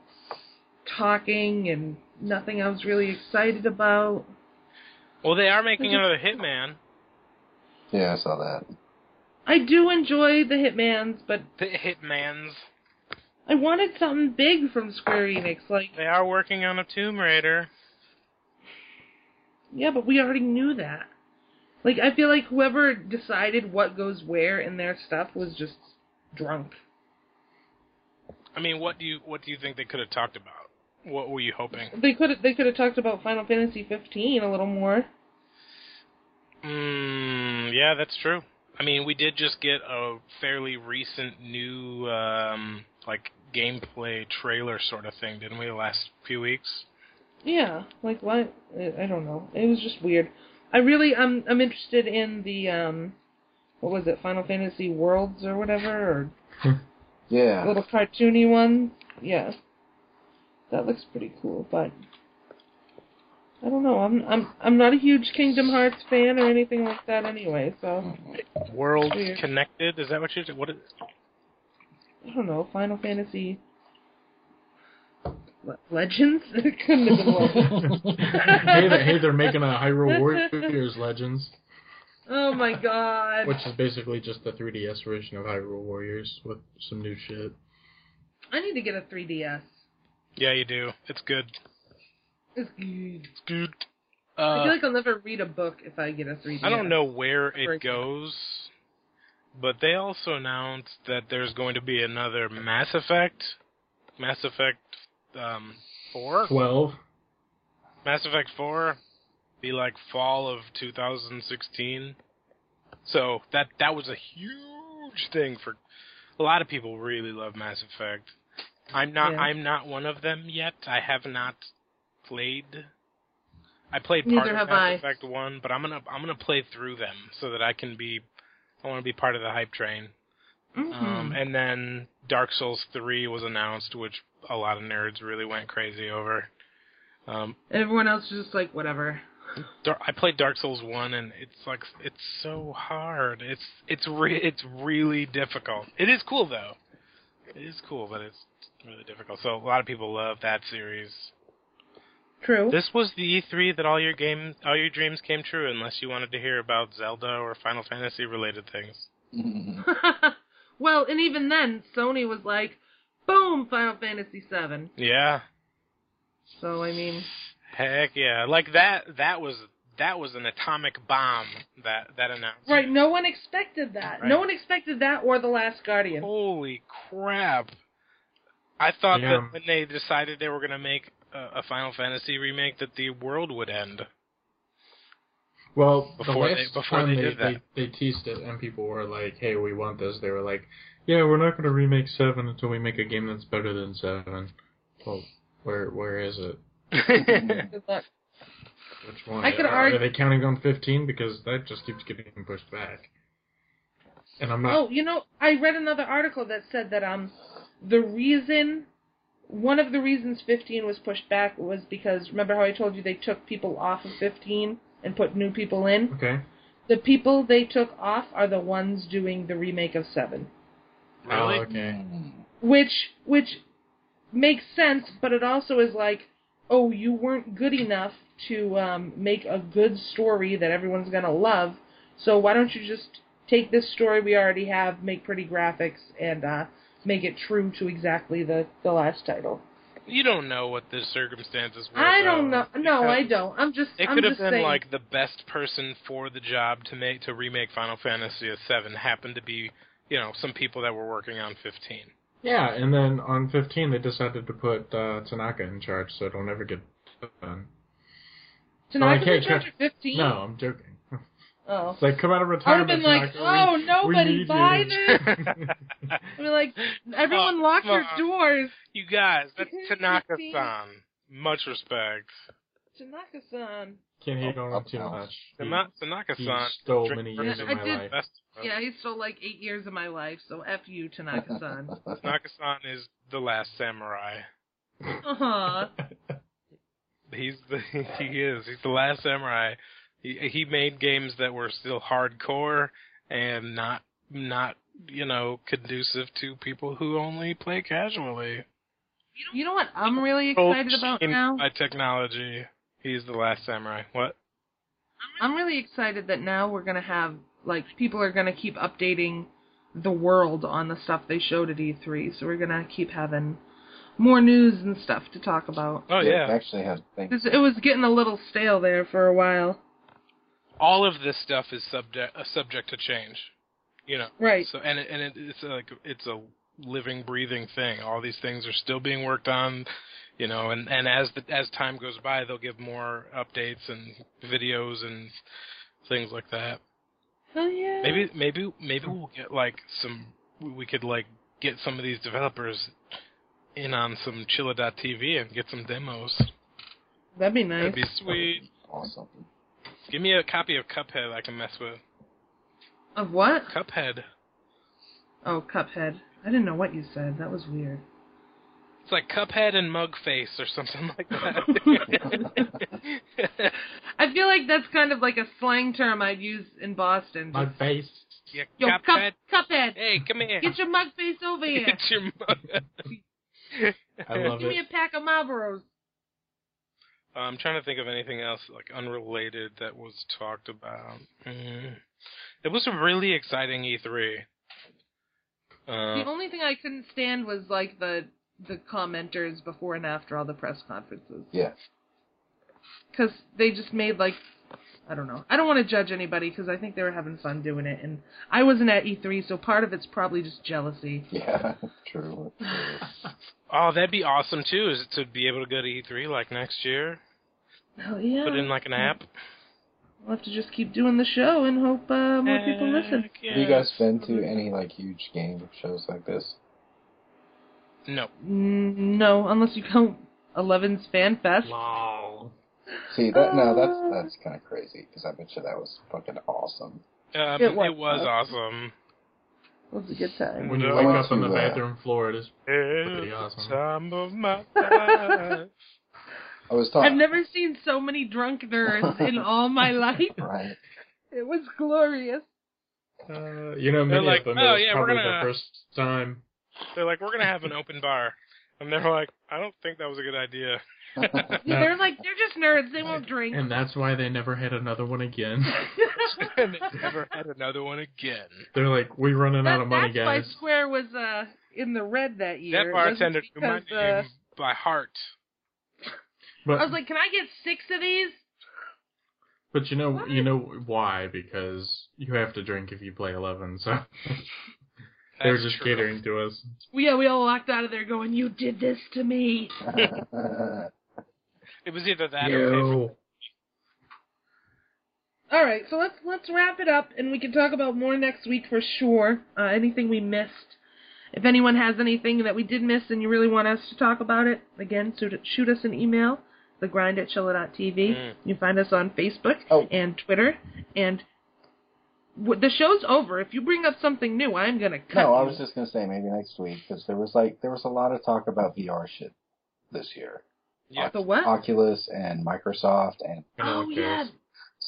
talking and nothing I was really excited about.
Well, they are making another Hitman.
Yeah, I saw that.
I do enjoy the Hitmans, but
The Hitmans.
I wanted something big from Square Enix. Like,
They are working on a Tomb Raider.
yeah, but we already knew that. Like, I feel like whoever decided what goes where in their stuff was just drunk.
I mean, what do you what do you think they could have talked about? What were you hoping?
They could they could have talked about Final Fantasy 15 a little more.
Mm, yeah, that's true. I mean, we did just get a fairly recent new um, like gameplay trailer sort of thing, didn't we? The last few weeks.
Yeah, like what? I I don't know. It was just weird. I really I'm I'm interested in the um what was it? Final Fantasy Worlds or whatever or
Yeah,
little cartoony one. Yeah. That looks pretty cool, but I don't know. I'm I'm I'm not a huge Kingdom Hearts fan or anything like that anyway, so
Worlds
Weird.
connected. Is that what you're? What? Is,
I don't know. Final Fantasy Le- Legends? It couldn't have been Legends.
hey, they, hey, they're making a Hyrule Warriors Legends,
Oh my god.
which is basically just the 3DS version of Hyrule Warriors with some new shit.
I need to get a 3DS.
yeah, you do. It's good.
It's good.
It's good.
I
Uh,
feel like I'll never read a book if I get a 3DS.
I don't know where it
Right.
goes, but they also announced that there's going to be another Mass Effect, Mass Effect um, four,
12.
Mass Effect four, be like fall of 2016. So that that was a huge thing for a lot of people. Really love Mass Effect. I'm not.
Yeah.
I'm not one of them yet. I have not played. I played part
Neither
of
have
Mass
I.
Effect One, but I'm gonna I'm gonna play through them so that I can be. I want to be part of the hype train.
Mhm.
Um, and then Dark Souls Three was announced, which a lot of nerds really went crazy over. Um,
Everyone else is just like whatever.
Dar- I played Dark Souls One, and it's like it's so hard. It's it's re- it's really difficult. It is cool though. It is cool, but it's really difficult. So a lot of people love that series.
True.
This was the E3 that all your game, all your dreams came true, unless you wanted to hear about Zelda or Final Fantasy related things.
well, and even then, Sony was like, "Boom, Final Fantasy VII."
Yeah,
So I mean,
heck yeah! Like that. That was that was an atomic bomb. That that announcement.
right? No one expected that.
Right.
No one expected that or the Last Guardian.
Holy crap! I thought
Yeah.
that when they decided they were going to make a, a Final Fantasy remake, that the world would end.
Well,
Before
the
they-
last
before
time
they did that.
They, they teased it, and people were like, "Hey, we want this." They were like, "Yeah, we're not going to remake seven until we make a game that's better than seven. Well, where where is it?
Good luck.
Which one?
I could
Are
argue-
they counting on fifteen because that just keeps getting pushed back? And I'm not.
Oh, you know, I read another article that said that um, the reason, one of the reasons 15 was pushed back was because remember how I told you they took people off of 15 and put new people in.
Okay.
The people they took off are the ones doing the remake of Seven,
Really?
Oh, okay.
which which makes sense, but it also is like, oh, you weren't good enough to um, make a good story that everyone's gonna love. So why don't you just take this story we already have, make pretty graphics, and uh, make it true to exactly the the last title?
You don't know what the circumstances were.
I don't
though.
know. No, I
Because
don't. I'm just.
It
I'm
could have
just
been
saying.
like the best person for the job to make to remake Final Fantasy VII happened to be, you know, some people that were working on 15.
Yeah, and then on 15 they decided to put uh, Tanaka in charge, so it'll never get done.
Tanaka's
like, hey,
in charge
Ken-
of 15.
No, I'm joking.
Oh.
It's like come out of
I would have
retirement.
been like,
Tanaka,
oh,
we, we
nobody
need
buy
you.
this. I'd be like, everyone
Oh,
lock your
come on.
doors.
You guys, that's
Mhm,
Tanaka-san. Much respect.
Tanaka-san.
Can't hate on him too
Oh,
much. He-
Tana- Tanaka-san.
he stole
drink
many
first
years
of
and
my
drink
life.
best.
Yeah, he stole like eight years of my life, so F you, Tanaka-san.
Tanaka-san is the last samurai.
Aw.
He's the he is. He's the last samurai. He he made games that were still hardcore and not not you know conducive to people who only play casually.
You know what I'm really excited
Controlled
about
game
now?
By technology, he's the last samurai. What?
I'm really excited that now we're gonna have like people are gonna keep updating the world on the stuff they showed at E3, so we're gonna keep having more news and stuff to talk about.
Oh yeah.
actually had things.
'Cause It was getting a little stale there for a while.
all of this stuff is subject uh, subject to change. You know.
Right.
So and it, and it, it's like it's a living, breathing thing. All these things are still being worked on, you know. And and as the as time goes by, they'll give more updates and videos and things like that.
Oh yeah.
Maybe maybe maybe we'll get like some. We could like get some of these developers in on some Chilla.tv and get some demos.
that'd be nice.
That'd be sweet.
Awesome.
Give me a copy of Cuphead I can mess with.
Of what?
Cuphead.
Oh, Cuphead. I didn't know what you said. That was weird.
It's like Cuphead and Mugface or something like that.
I feel like that's kind of like a slang term I'd use in Boston.
My face.
yeah,
Yo, cup,
Cuphead.
Cuphead,
Hey, come here.
get your mug face over here.
Get your mug.
I love
Give me
it.
a pack of Marlboros.
Uh, I'm trying to think of anything else like unrelated that was talked about. Mm. It was a really exciting E3.
The
Uh,
only thing I couldn't stand was like the the commenters before and after all the press conferences
Yeah.
because they just made like I don't know. I don't want to judge anybody because I think they were having fun doing it, and I wasn't at E3, so part of it's probably just jealousy.
Yeah. True. true.
oh, that'd be awesome too, is to be able to go to E3 like next year.
Oh yeah,
Put in like an app.
we'll have to just keep doing the show and hope uh, more people listen.
Heck
Have you guys
yes.
been to any like huge game shows like this?
No.
Mm, No, unless you count Eleven's Fan Fest.
Lol.
See that? No, that's
Uh.
that's kind of crazy because I bet you that was fucking awesome.
Um,
It was
it was awesome.
It was a good time.
When you
No.
wake up on the
To, uh,
bathroom floor, it is
Every
awesome.
time of my life.
I was talking.
I've never seen so many drunk nerds in all my life.
Right.
It was glorious.
Uh, you know,
They're
many
like,
of them.
"Oh,
it was
yeah, we're
probably
gonna-
the first time.
They're like, we're gonna have an open bar, and they're like, I don't think that was a good idea.
Yeah, they're like they're just nerds. They won't drink.
And that's why they never had another one again.
and they never had another one again.
They're like, we're running
That-
out of money,
that's why
guys.
Square was uh in the red that year.
that
It wasn't
bartender knew my
because,
name by heart.
uh,
But,
I was like, can I get six of these?
but you know,
What?
you know why? Because you have to drink if you play eleven. So they were
That's
just
true.
catering to us.
Well, yeah, we all walked out of there going, "You did this to me."
It was either that or
Ew.
All right, so let's let's wrap it up, and we can talk about more next week for sure. Uh, anything we missed. If anyone has anything that we did miss and you really want us to talk about it, again, shoot, shoot us an email, thegrind at
Mm.
You can find us on Facebook
Oh.
and Twitter and w- the show's over. If you bring up something new, I'm gonna cut.
No, I
you.
was just gonna say maybe next week because there was like there was a lot of talk about VR shit this year.
Yeah.
the what?
Oculus and Microsoft and
oh yeah.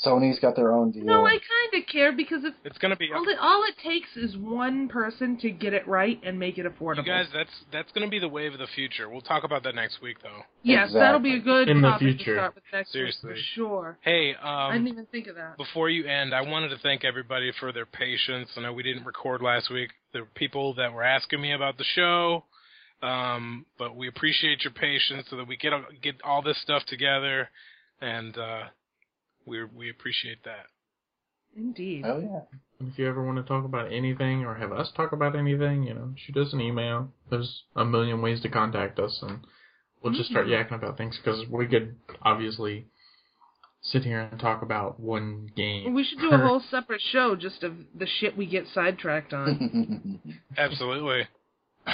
Sony's got their own deal.
No, I kind of care because if
It's gonna be
all it, all it takes is one person to get it right and make it affordable.
you guys. That's that's gonna be the wave of the future. We'll talk about that next week, though.
yes, that'll be a good
In the
topic
future.
to start with next week
Seriously.
for sure.
Hey,
I didn't
um,
even think of that.
before you end, I wanted to thank everybody for their patience. I know we didn't record last week. There were people that were asking me about the show, um, but we appreciate your patience so that we get get all this stuff together, and uh, we we appreciate that.
Indeed.
Oh yeah.
If you ever want to talk about anything or have us talk about anything, you know, shoot us an email. There's a million ways to contact us, and we'll just start
Mm-hmm.
yakking about things because we could obviously sit here and talk about one game.
We should do a whole separate show just of the shit we get sidetracked on.
Absolutely,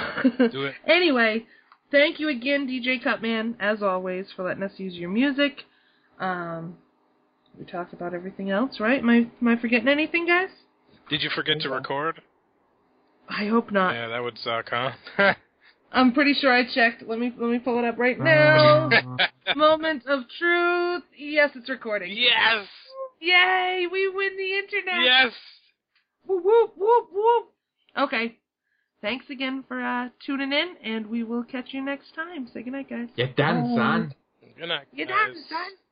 do it.
anyway, thank you again, DJ Cutman, as always, for letting us use your music. Um, we talked about everything else, right? Am I, am I forgetting anything, guys?
Did you forget to record?
I hope not.
Yeah, that would suck, huh?
I'm pretty sure I checked. Let me let me pull it up
Um,
right now. Moment of truth. Yes, it's recording.
yes,
Yay! We win the internet.
yes.
Whoop whoop whoop whoop. Okay. Thanks again for uh, tuning in, and we will catch you next time. Say goodnight, guys.
Get done, son.
Good night.
Good
guys.
night, son.